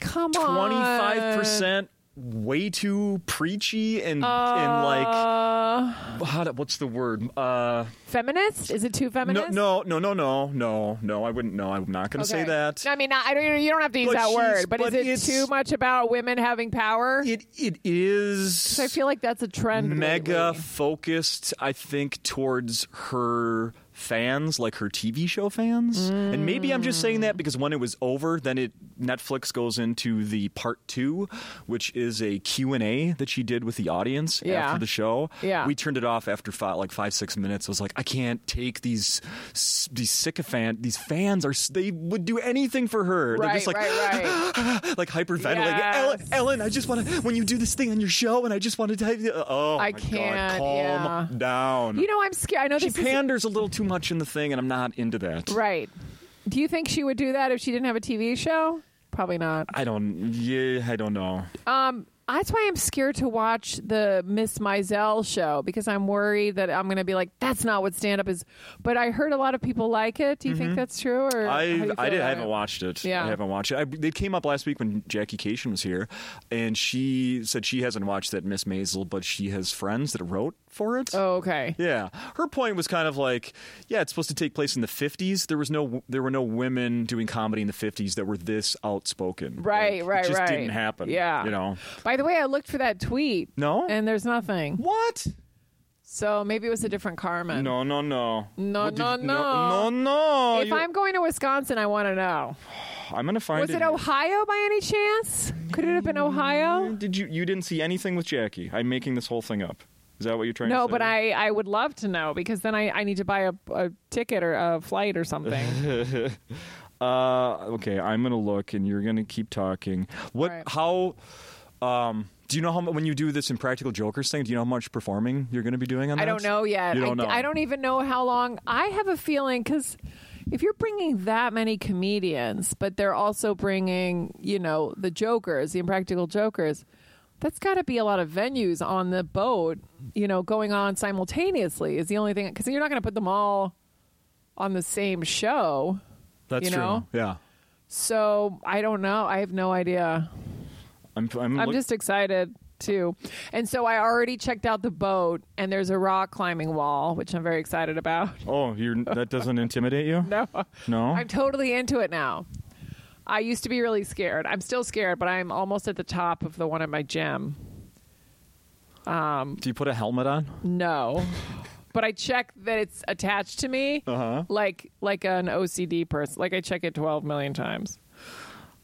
Come on. twenty five percent way too preachy and and like Uh, how do- what's the word? Uh, feminist? Is it too no, feminist? no, no, no, no, no, no. I wouldn't. No, I'm not going to say Okay. that. I mean, I don't. You don't have to use But that she's- word, but, but is it's- it too much about women having power? It it is. I feel like that's a trend. mega lately. focused, I think, towards her fans, like her TV show fans. And maybe I'm just saying that because when it was over, then it Netflix goes into the part two, which is a Q&A that she did with the audience Yeah. after the show. Yeah. We turned it off after five, like five, six minutes. I was like, I can't take these s- these sycophant. These fans are s- they would do anything for her. They're Right, just like right, right. like hyperventilating. Yes. Ellen, Ellen, I just want to when you do this thing on your show, and I just want to tell you. Oh, my I God, can't, calm yeah. down. you know, I'm scared. I know she this is- panders a little too much in the thing, and I'm not into that. right. Do you think she would do that if she didn't have a TV show? Probably not. I don't. Yeah, I don't know. Um, that's why I'm scared to watch the Miss Mizell show because I'm worried that I'm going to be like, that's not what stand up is. But I heard a lot of people like it. Do you think that's true? Or how do you Mm-hmm. I feel I, did, about I haven't it? watched it. Yeah. I haven't watched it. I, they came up last week when Jackie Cation was here, and she said she hasn't watched that Miss Maisel, but she has friends that wrote for it. Oh, okay. Yeah, her point was kind of like, yeah, it's supposed to take place in the '50s. There was no, there were no women doing comedy in the '50s that were this outspoken. Right, Like, right, It just right. didn't happen. Yeah. you know By the way, I looked for that tweet. No? And there's nothing. what? So maybe it was a different Carmen. No, no, no, No, What no, no, no, no. no. If You- I'm going to Wisconsin, I want to know. I'm gonna find Was it. it Ohio by any chance? Could it have been Ohio? Did you? You didn't see anything with Jackie? I'm making this whole thing up. Is that what you're trying to say? No, but I, I would love to know because then I, I need to buy a, a ticket or a flight or something. Uh, okay, I'm gonna look, and you're gonna keep talking. What? All right. How? Um, do you know how mu- when you do this impractical jokers thing? Do you know how much performing you're gonna be doing on that? I don't know yet. You don't I, know. I don't even know how long. I have a feeling because if you're bringing that many comedians, but they're also bringing, you know, the jokers, the impractical jokers, that's got to be a lot of venues on the boat, you know, going on simultaneously is the only thing. Because you're not going to put them all on the same show. That's you true. know? Yeah. So I don't know. I have no idea. I'm. I'm, I'm Mm, look- just excited too. And so I already checked out the boat, and there's a rock climbing wall, which I'm very excited about. Oh, you're. That doesn't intimidate you? No, No. I'm totally into it now. I used to be really scared. I'm still scared, but I'm almost at the top of the one at my gym. do you put a helmet on? No. But I check that it's attached to me, Uh-huh. like like an OCD person. Like I check it twelve million times.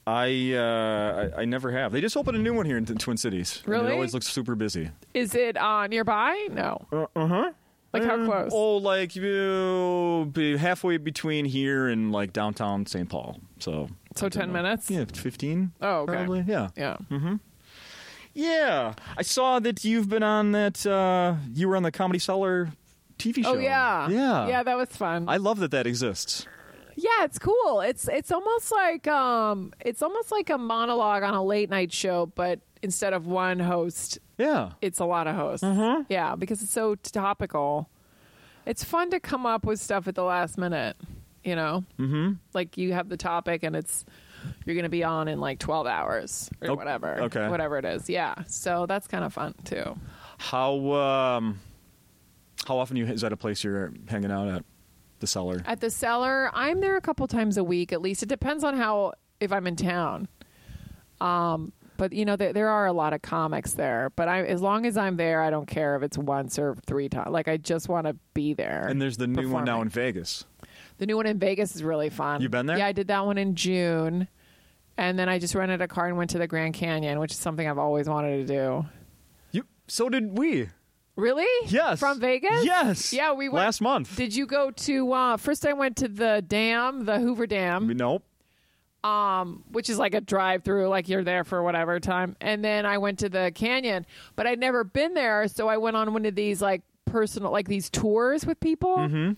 I, uh, I I never have. They just opened a new one here in the Twin Cities. and Really? it always looks super busy. Is it uh, nearby? No. Uh huh. Like how close? uh-huh. Oh, like you be halfway between here and like downtown St. Paul. So. so ten minutes. Yeah, Mm-hmm. fifteen. Oh, okay. Probably. Yeah. Yeah. Yeah, I saw that you've been on that. Uh, you were on the Comedy Cellar TV show. Oh yeah. yeah, Yeah. That was fun. I love that that exists. Yeah, it's cool. It's it's almost like um it's almost like a monologue on a late night show, but instead of one host, Yeah, it's a lot of hosts. Mm-hmm. Yeah, because it's so topical. It's fun to come up with stuff at the last minute, you know? Mm-hmm. Like you have the topic and it's you're going to be on in like 12 hours or Oh, whatever. okay. Whatever it is. Yeah. So that's kind of fun too. how um, how often you is that a place you're hanging out at the cellar? At the cellar, I'm there a couple times a week at least. It depends on how if I'm in town. Um, but you know there, there are a lot of comics there. But I, as long as I'm there, I don't care if it's once or three times. Like I just want to be there. and there's the new one now performing. in Vegas. the new one in Vegas is really fun. You been there? Yeah, I did that one in June, and then I just rented a car and went to the Grand Canyon, which is something I've always wanted to do. You so did we? Really? Yes, From Vegas? Yes, Yeah, we went. last month. did you go to uh, first? I went to the dam, the Hoover Dam. nope. um, which is like a drive through, like you're there for whatever time. And then I went to the canyon, but I'd never been there, so I went on one of these like personal, like these tours with people. Mm-hmm.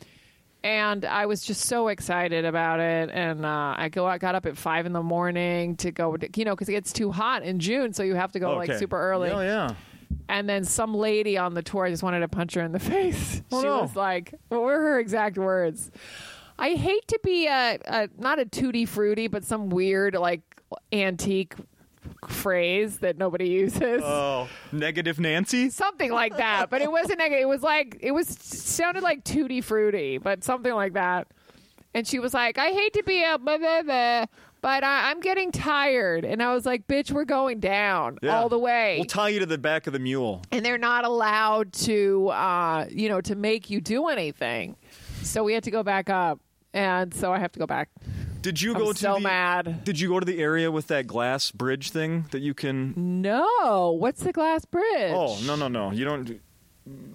And I was just so excited about it, and uh, I go, I got up at five in the morning to go, you know, because it gets too hot in June, so you have to go like Okay. super early. Oh yeah. And then some lady on the tour, I just wanted to punch her in the face. Oh, she no. was like, what were her exact words? I hate to be a, a not a tutti frutti, but some weird like antique phrase that nobody uses. Oh, negative Nancy. something like that. But it wasn't negative. It was like it was sounded like tutti frutti, but something like that. And she was like, "I hate to be a blah blah blah, but I, I'm getting tired." And I was like, "Bitch, we're going down Yeah. all the way." We'll tie you to the back of the mule. and they're not allowed to, uh, you know, to make you do anything. So we had to go back up, and so I have to go back. Did you I'm go to so the, mad. Did you go to the area with that glass bridge thing that you can? No, what's the glass bridge? Oh no no no! You don't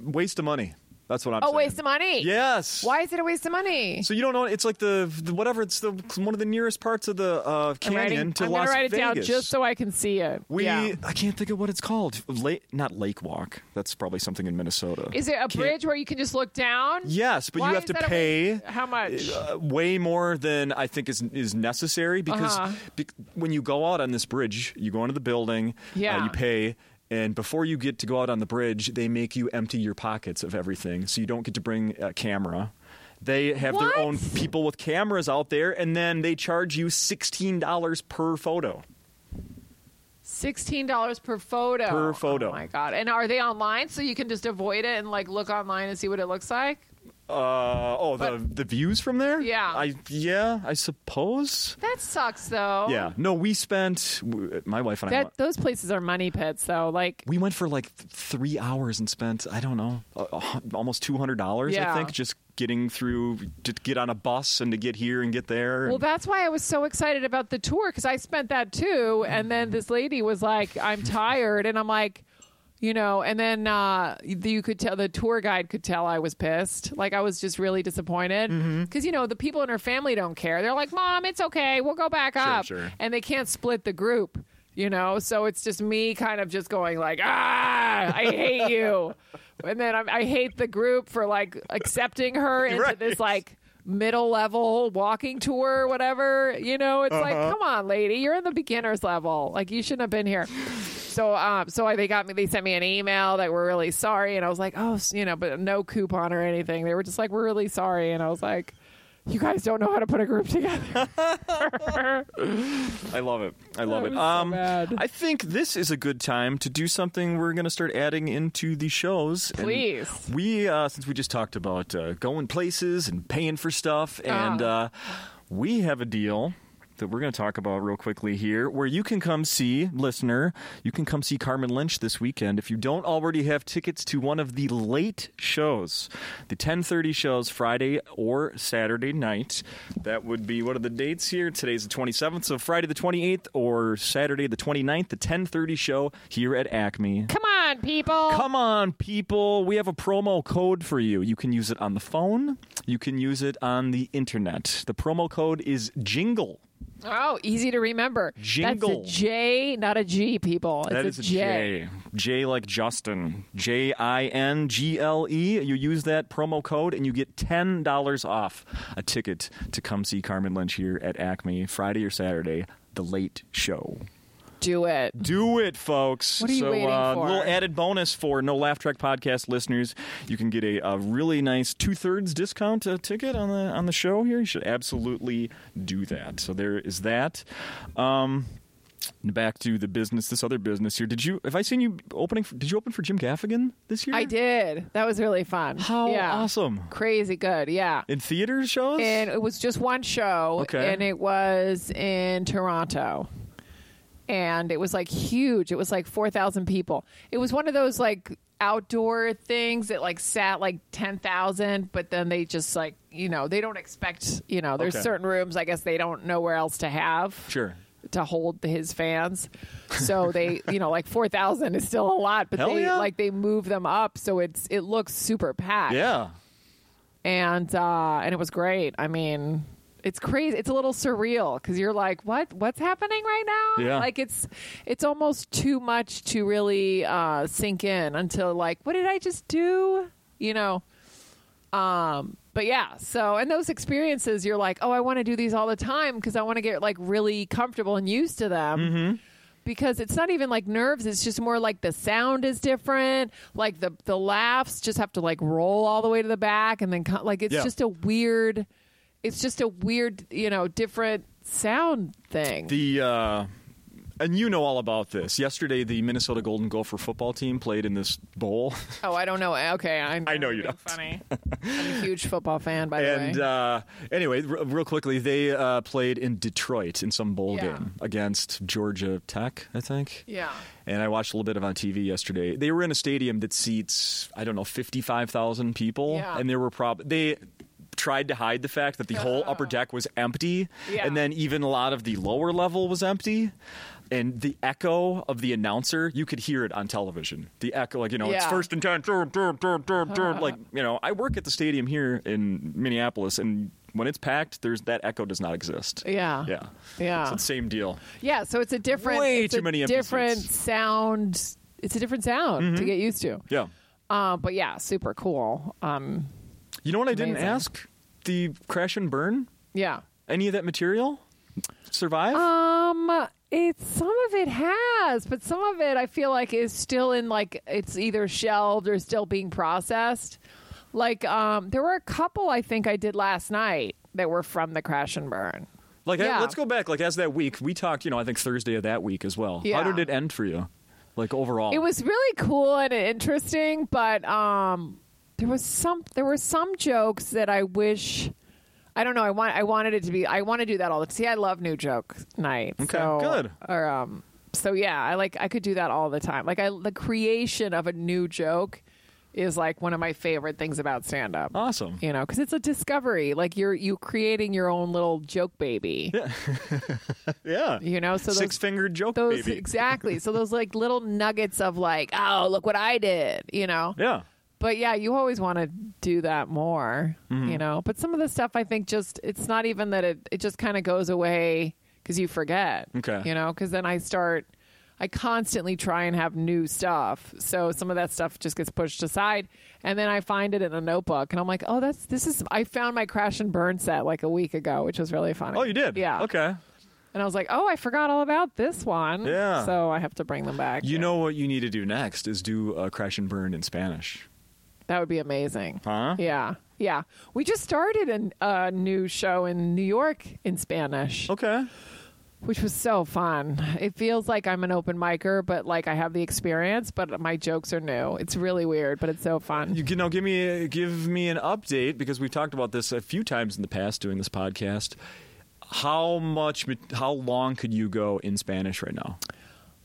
waste of money. That's what I'm. oh, saying. waste of money. Yes. Why is it a waste of money? So you don't know? It's like the, the whatever. It's the one of the nearest parts of the uh, I'm canyon writing- to I'm Las gonna write it Vegas. down just so I can see it. we Yeah. I can't think of what it's called. Lake, not Lake Walk. That's probably something in Minnesota. Is it a bridge where you can just look down? Yes, but Why you have is to that a- pay How much? uh, way more than I think is is necessary because Uh-huh. bec- when you go out on this bridge, you go into the building, uh, Yeah. you pay. And before you get to go out on the bridge, they make you empty your pockets of everything, so you don't get to bring a camera. They have What? their own people with cameras out there, and then they charge you sixteen dollars per photo. Sixteen dollars per photo. Per photo. Oh my god! And are they online so you can just avoid it and like look online and see what it looks like? Uh, oh, But- the the views from there? Yeah. I yeah, I suppose. That sucks though. Yeah, no, we spent w- my wife and I. Oh. That those places are money pits though. Like we went for like th- three hours and spent I don't know a- a hun- almost two hundred dollars I Yeah. think just getting through to get on a bus and to get here and get there. Well, and- that's why I was so excited about the tour because I spent that too. And then this lady was like, I'm tired. And I'm like, you know, and then uh, you could tell the tour guide could tell I was pissed. Like, I was just really disappointed because, Mm-hmm. you know, the people in her family don't care. They're like, Mom, it's okay. We'll go back up. sure. And they can't split the group. You know, so it's just me kind of just going like, ah, I hate you. and then I'm, I hate the group for like accepting her into Right. this like middle level walking tour, whatever. You know, it's like, come on, lady, you're in the beginner's level. Like you shouldn't have been here. So, um, so I, they got me. They sent me an email that we're really sorry, and I was like, oh, s- you know, but no coupon or anything. They were just like, we're really sorry, and I was like, you guys don't know how to put a group together. I love it. I love That it. was so um, bad. I think this is a good time to do something. We're going to start adding into the shows. And Please. we uh, since we just talked about uh, going places and paying for stuff, and uh, we have a deal. That we're going to talk about real quickly here, where you can come see, listener, you can come see Carmen Lynch this weekend if you don't already have tickets to one of the late shows, the 10:30 shows Friday or Saturday night. That would be what are the dates here? Today's the 27th, so Friday the 28th or Saturday the 29th, the 10:30 show here at Acme. come on, people. Come on, people. We have a promo code for you. You can use it on the phone, you can use it on the internet. The promo code is Jingle. Oh, easy to remember. Jingle. That's a J, not a G, people. It's That a is J. J like Justin. J I N G L E. You use that promo code and you get $10 off a ticket to come see Carmen Lynch here at Acme Friday or Saturday, the late show. Do it. Do it, folks. What are you so, waiting uh, for? little added bonus for No Laugh Track podcast listeners. You can get a, a really nice two thirds discount uh, ticket on the on the show here. You should absolutely do that. So there is that. Um, back to the business. This other business here. Did you have I seen you opening? For, did you open for Jim Gaffigan this year? I did. That was really fun. How yeah. awesome! Crazy good. Yeah. In theater shows. and it was just one show Okay. and it was in toronto and it was like huge it was like 4000 people it was one of those like outdoor things that like sat like 10000 but then they just like you know they don't expect you know there's Okay. certain rooms i guess they don't know where else to have sure. to hold his fans. So they, you know, like 4,000 is still a lot, but Hell they yeah. like they move them up so it's it looks super packed Yeah. and uh, and it was great. I mean, it's crazy. It's a little surreal because you're like, what what's happening right now? Yeah. Like it's it's almost too much to really uh, sink in until like, what did I just do? You know. Um, but yeah, so and those experiences, you're like, oh, I want to do these all the time because I want to get like really comfortable and used to them Mm-hmm. because it's not even like nerves it's just more like the sound is different like the the laughs just have to like roll all the way to the back and then co- like it's Yeah. just a weird it's just a weird you know different sound thing The uh, and you know all about this. Yesterday, the Minnesota Golden Gopher football team played in this bowl, Oh, I don't know. Okay, I know, I know you being don't. Funny. I'm a huge football fan, by and the way. uh, anyway, r- real quickly, they uh, played in Detroit in some bowl Yeah. game against Georgia Tech, I think. yeah. And I watched a little bit of on TV yesterday. They were in a stadium that seats I don't know fifty five thousand people, Yeah. and there were prob they tried to hide the fact that the whole upper deck was empty, Oh. Yeah. and then even a lot of the lower level was empty. And the echo of the announcer, you could hear it on television. The echo, like, you know, it's Yeah. Uh-huh. first and ten, dun, dun, dun, dun, dun. like, you know, I work at the stadium here in Minneapolis, and when it's packed, there's that echo does not exist. Yeah. Yeah. Yeah. So it's same deal. Yeah, so it's a different, Way it's too a many empty different seats. sound. It's a different sound to get used to. Mm-hmm. Yeah. Uh, but yeah, super cool. Um, You know what I didn't Amazing. ask? The crash and burn? yeah. Any of that material survive? Um, it's some of it has, but some of it I feel like is still in like it's either shelved or still being processed. Like um, there were a couple I think I did last night that were from the crash and burn. like, I- yeah. let's go back. Like, as that week, we talked, you know, I think Thursday of that week as well. How Yeah. did it end for you? Like, overall? It was really cool and interesting, but um, there was some there were some jokes that I wish I don't know. I want I wanted it to be I want to do that all the See, I love new joke night. Okay, so, good. Or um, so yeah, I like I could do that all the time. Like I the creation of a new joke is like one of my favorite things about stand up. awesome. You know, because it's a discovery. Like you're you creating your own little joke baby. Yeah. You know, so those- Six fingered joke, those baby. exactly so those like little nuggets of like oh look what i did you know yeah. but yeah you always want to do that more Mm-hmm. you know but some of the stuff i think just it's not even that it it just kind of goes away because you forget Okay. you know because then i start i constantly try and have new stuff so some of that stuff just gets pushed aside and then i find it in a notebook and i'm like oh that's this is i found my crash and burn set like a week ago which was really funny Oh, you did? yeah Okay. and I was like, oh, I forgot all about this one. Yeah. So I have to bring them back. You know what you need to do next is do a crash and burn in Spanish. that would be amazing. Huh? Yeah. Yeah. We just started an- a new show in New York in Spanish, Okay. which was so fun. It feels like I'm an open micer, but like I have the experience, but my jokes are new. It's really weird, but it's so fun. You can now give me give me an update because we've talked about this a few times in the past doing this podcast. How much? ma- How long could you go in Spanish right now?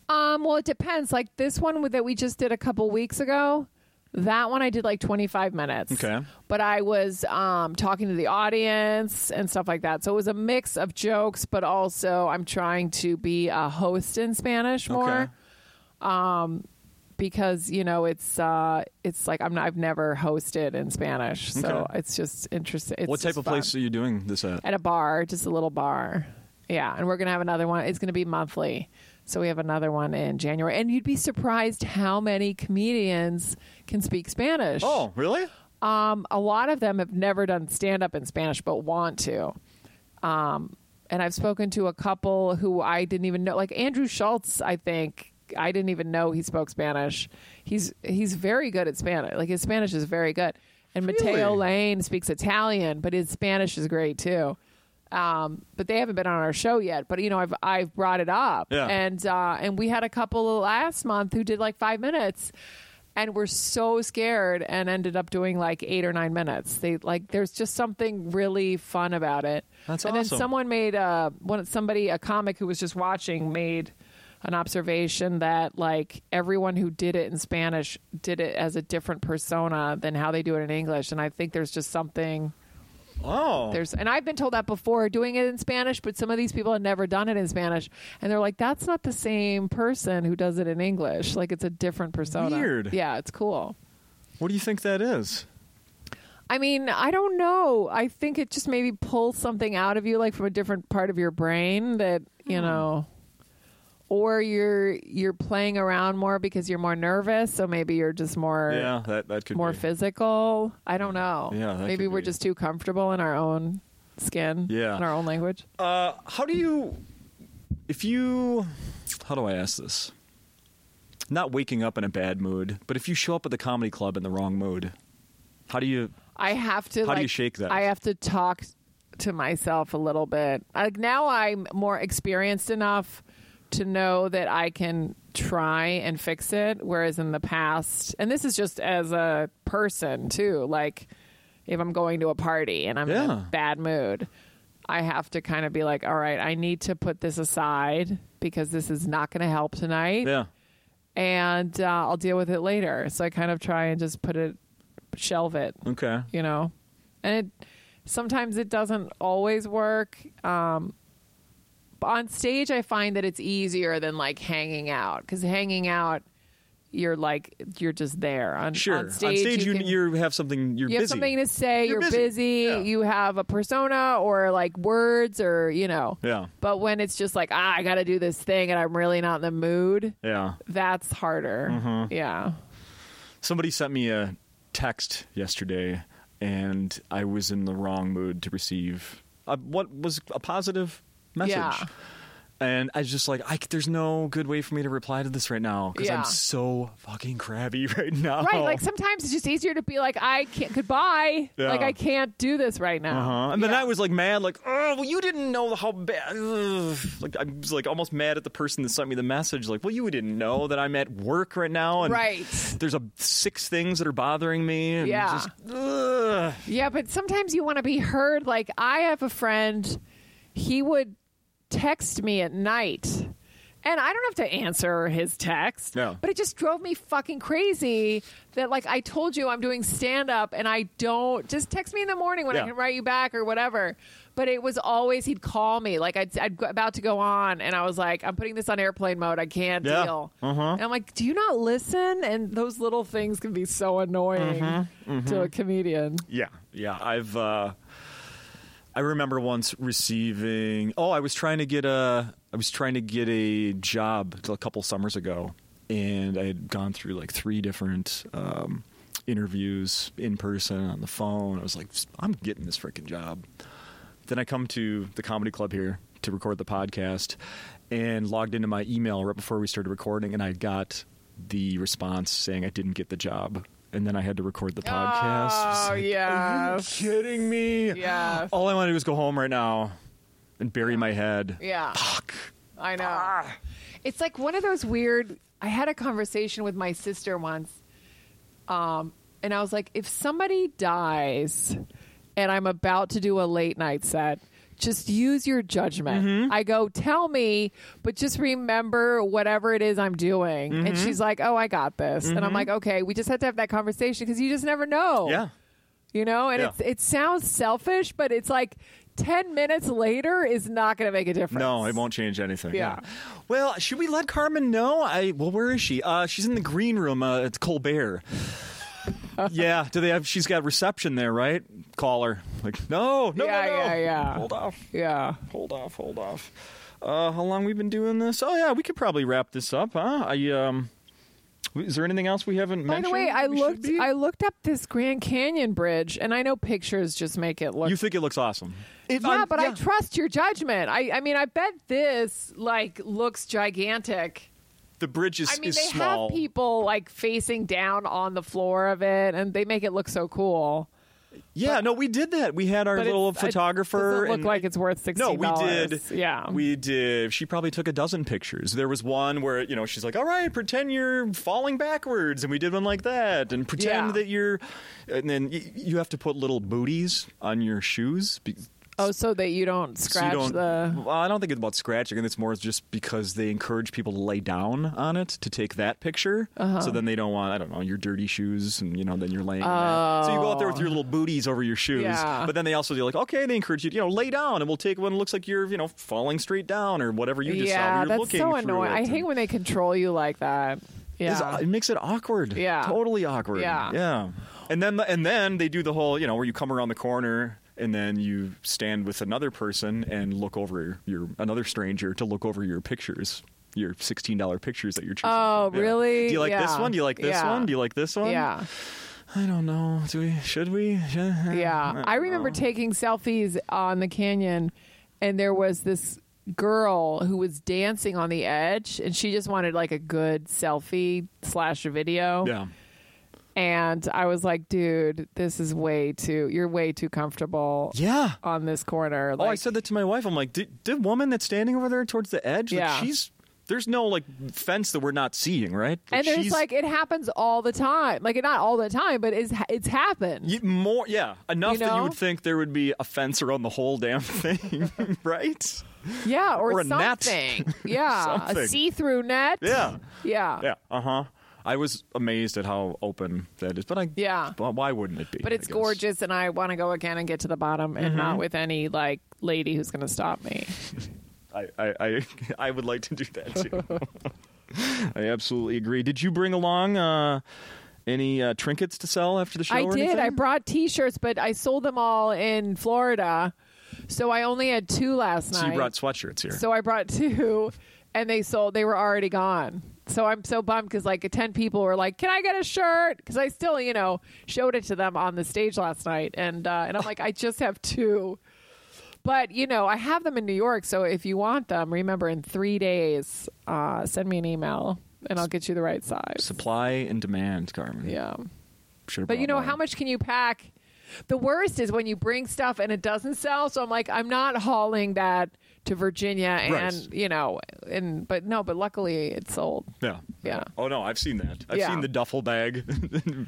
Um, well, it depends. Like this one that we just did a couple weeks ago, that one I did like 25 minutes. Okay. But I was um, talking to the audience and stuff like that. So it was a mix of jokes, but also I'm trying to be a host in Spanish more. Okay. Um, because you know it's uh, it's like I'm not, I've never hosted in Spanish, so Okay. it's just interesting. It's what type just of fun. place are you doing this at? At a bar, just a little bar. Yeah, and we're gonna have another one. It's gonna be monthly, so we have another one in January. And you'd be surprised how many comedians can speak Spanish. Oh, really? Um, a lot of them have never done stand up in Spanish but want to. Um, and I've spoken to a couple who I didn't even know, like Andrew Schultz. I think I didn't even know he spoke Spanish. He's he's very good at Spanish. Like his Spanish is very good. And Matteo Really? Lane speaks Italian, but his Spanish is great too. Um, but they haven't been on our show yet. But you know, I've I've brought it up, Yeah. and uh, and we had a couple last month who did like five minutes, and were so scared and ended up doing like eight or nine minutes. They like there's just something really fun about it. That's and awesome. then someone made a one somebody a comic who was just watching made an observation that like everyone who did it in Spanish did it as a different persona than how they do it in English. And I think there's just something Oh, there's and I've been told that before doing it in Spanish, but some of these people had never done it in Spanish and they're like that's not the same person who does it in English. Like it's a different persona. Weird. Yeah, it's cool. what do you think that is? I mean, I don't know. I think it just maybe pulls something out of you like from a different part of your brain that, you know, or you're you're playing around more because you're more nervous, so maybe you're just more Yeah, that that could more be. physical. I don't know. Yeah, that maybe could we're be. just too comfortable in our own skin, Yeah. in our own language. Uh, how do you, if you, how do I ask this? Not waking up in a bad mood, but if you show up at the comedy club in the wrong mood, how do you? I have to. How do like, you shake that? I have to talk to myself a little bit. Like now, I'm more experienced enough to know that I can try and fix it. Whereas in the past, and this is just as a person too, like if I'm going to a party and I'm in Yeah. a bad mood, I have to kind of be like, all right, I need to put this aside because this is not going to help tonight Yeah. and uh, I'll deal with it later. So I kind of try and just put it, shelve it, Okay. you know. And it sometimes it doesn't always work. Um, but on stage, I find that it's easier than like hanging out because hanging out, you're like you're just there on Sure. On stage, you, can- you have something. You're you have busy. something to say. You're You're, busy. busy. Yeah. You have a persona or like words or you know. Yeah. But when it's just like ah, I got to do this thing and I'm really not in the mood, yeah. that's harder. Mm-hmm. Yeah. Somebody sent me a text yesterday, and I was in the wrong mood to receive a, what was a positive message. Yeah. And I was just like, I, c- there's no good way for me to reply to this right now because Yeah. I'm so fucking crabby right now. Right, like sometimes it's just easier to be like, I can't, goodbye. Yeah. Like, I can't do this right now. Uh-huh. And then Yeah. I was like mad, like, oh, well, you didn't know how bad. ugh." Like, I was like almost mad at the person that sent me the message, like, well, you didn't know that I'm at work right now, and Right. there's a six things that are bothering me, and Yeah. just, ugh. Yeah, but sometimes you want to be heard. Like, I have a friend, he would text me at night, and I don't have to answer his text, Yeah. but it just drove me fucking crazy that, like, I told you I'm doing stand up and I don't just text me in the morning when Yeah. I can write you back or whatever. But it was always he'd call me like I'd, I'd go- about to go on, and I was like, "I'm putting this on airplane mode. I can't Yeah. deal." Uh-huh. And I'm like, "Do you not listen?" And those little things can be so annoying Mm-hmm. to a comedian. yeah, yeah. I've, uh, I remember once receiving. Oh, I was trying to get a, I was trying to get a job a couple summers ago, and I had gone through like three different um, interviews in person on the phone. I was like, I'm getting this freaking job. Then I come to the comedy club here to record the podcast, and logged into my email right before we started recording, and I got the response saying I didn't get the job. And then I had to record the podcast. It was Oh like, yeah, kidding me? yeah, All I want to do is go home right now and bury my head. yeah. Ah. Fuck. I know. Ah. It's like one of those weird. I had a conversation with my sister once, um, and I was like, if somebody dies, and I'm about to do a late night set. Just use your judgment. Mm-hmm. I go, tell me, but just remember whatever it is I'm doing. Mm-hmm. And she's like, oh, I got this. And I'm like, okay, we just had to have that conversation because you just never know. Yeah. you know and Yeah. it's, it sounds selfish but it's like 10 minutes later is not going to make a difference No, it won't change anything. Oh. Yeah. Well, should we let Carmen know? I well, where is she? Uh, she's in the green room. Uh, it's Colbert. yeah. Do they have? She's got reception there, right? Call her. Like, no, no, Yeah, no, no. yeah, yeah. Hold off. yeah Hold off. Hold off. Uh, how long we been doing this? Oh yeah, we could probably wrap this up, huh? I um, is there anything else we haven't by mentioned? the way i we should looked be? i looked up this grand canyon bridge and i know pictures just make it look You think it looks awesome? If um, yeah I'm- but i trust your judgment i i mean i bet this like looks gigantic the bridge is, i mean is they small. have people like facing down on the floor of it and they make it look so cool yeah, no, we did that. We had our but little it's- it photographer. doesn't look and, like it's worth 60 no, we did. yeah we did. She probably took a dozen pictures. There was one where you know she's like, "All right, pretend you're falling backwards," and we did one like that, and pretend Yeah. that you're, and then y- you have to put little booties on your shoes. be- oh so that you don't so you scratch don't, the well, I don't think it's about scratching. I think it's more just because they encourage people to lay down on it to take that picture. Uh-huh. So then they don't want, I don't know, your dirty shoes, and you know, then you're laying. on that. So you go out there with your little booties over your shoes. Oh. Yeah. But then they also do like, okay, they encourage you, to, you know, lay down, and we'll take one that looks like you're, you know, falling straight down or whatever you just saw. yeah, where You're that's looking so through annoying. It. I hate when they control you like that. It's- Yeah, it makes it awkward. Yeah. Totally awkward. Yeah. Yeah. And then and then they do the whole, you know, where you come around the corner and then you stand with another person and look over your another stranger to look over your pictures. Your sixteen dollar pictures that you're choosing. Oh, from. Yeah. really? Do you like this Yeah. one? Do you like this Yeah. one? Do you like this one? yeah, I don't know. Do we? Should Uh, we? yeah. I remember taking selfies on the canyon, and there was this girl who was dancing on the edge, and she just wanted like a good selfie slash video. Yeah. And I was like, dude, this is way too. You're way too comfortable. Yeah. On this corner. Oh, I Like, said that to my wife. I'm like, did the woman that's standing over there towards the edge? like, Yeah. she's There's no like fence that we're not seeing, right? and there's she's- like it happens all the time. Like not all the time, but it's it's happened. Y- more, yeah, enough You that you know? would think there would be a fence around the whole damn thing, right? Yeah, or, Or a net. something. Yeah, Something. a see-through net. Yeah, yeah, yeah, uh huh. I was amazed at how open that is, but I Yeah. Well, why wouldn't it be? But I it's guess? gorgeous, and I want to go again and get to the bottom, and Mm-hmm. not with any like lady who's going to stop me. I, I, I, I would like to do that too. I absolutely agree. Did you bring along uh, any uh, trinkets to sell after the show? I or did. I anything? brought T-shirts, but I sold them all in Florida, so I only had two last So night. you brought sweatshirts here. So I brought two, and they sold. They were already gone. So I'm so bummed because like ten people were like, "Can I get a shirt?" Because I still, you know, showed it to them on the stage last night, and uh, and I'm like, I just have two. But you know, I have them in New York. So if you want them, remember in three days, uh, send me an email, and I'll get you the right size. Supply and demand, Carmen. Yeah. Should've But you brought know, mine. how much can you pack? The worst is when you bring stuff and it doesn't sell. So I'm like, I'm not hauling that to Virginia, and Right. you know, and but no, but luckily it sold. Yeah. Yeah. Oh no, I've seen that. I've Yeah. seen the duffel bag.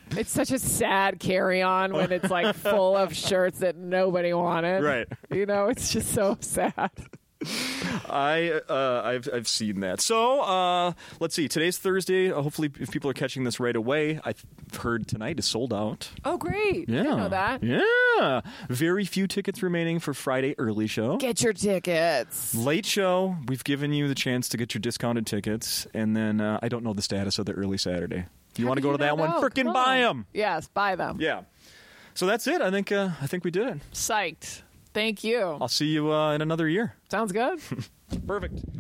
It's such a sad carry-on when it's like full of shirts that nobody wanted. Right. You know, it's just so sad. I uh, I've I've seen that. So uh, let's see. Today's Thursday. Uh, hopefully, if people are catching this right away, I've heard tonight is sold out. Oh, great! Yeah. I didn't know that. Yeah. Very few tickets remaining for Friday early show. Get your tickets. Late show, we've given you the chance to get your discounted tickets, and then uh, I don't know the status of the early Saturday. You want to go to that one? Freaking buy them! Yes, buy them. Yeah. So that's it. I think uh, I think we did it. Psyched. Thank you. I'll see you uh, in another year. Sounds good. Perfect.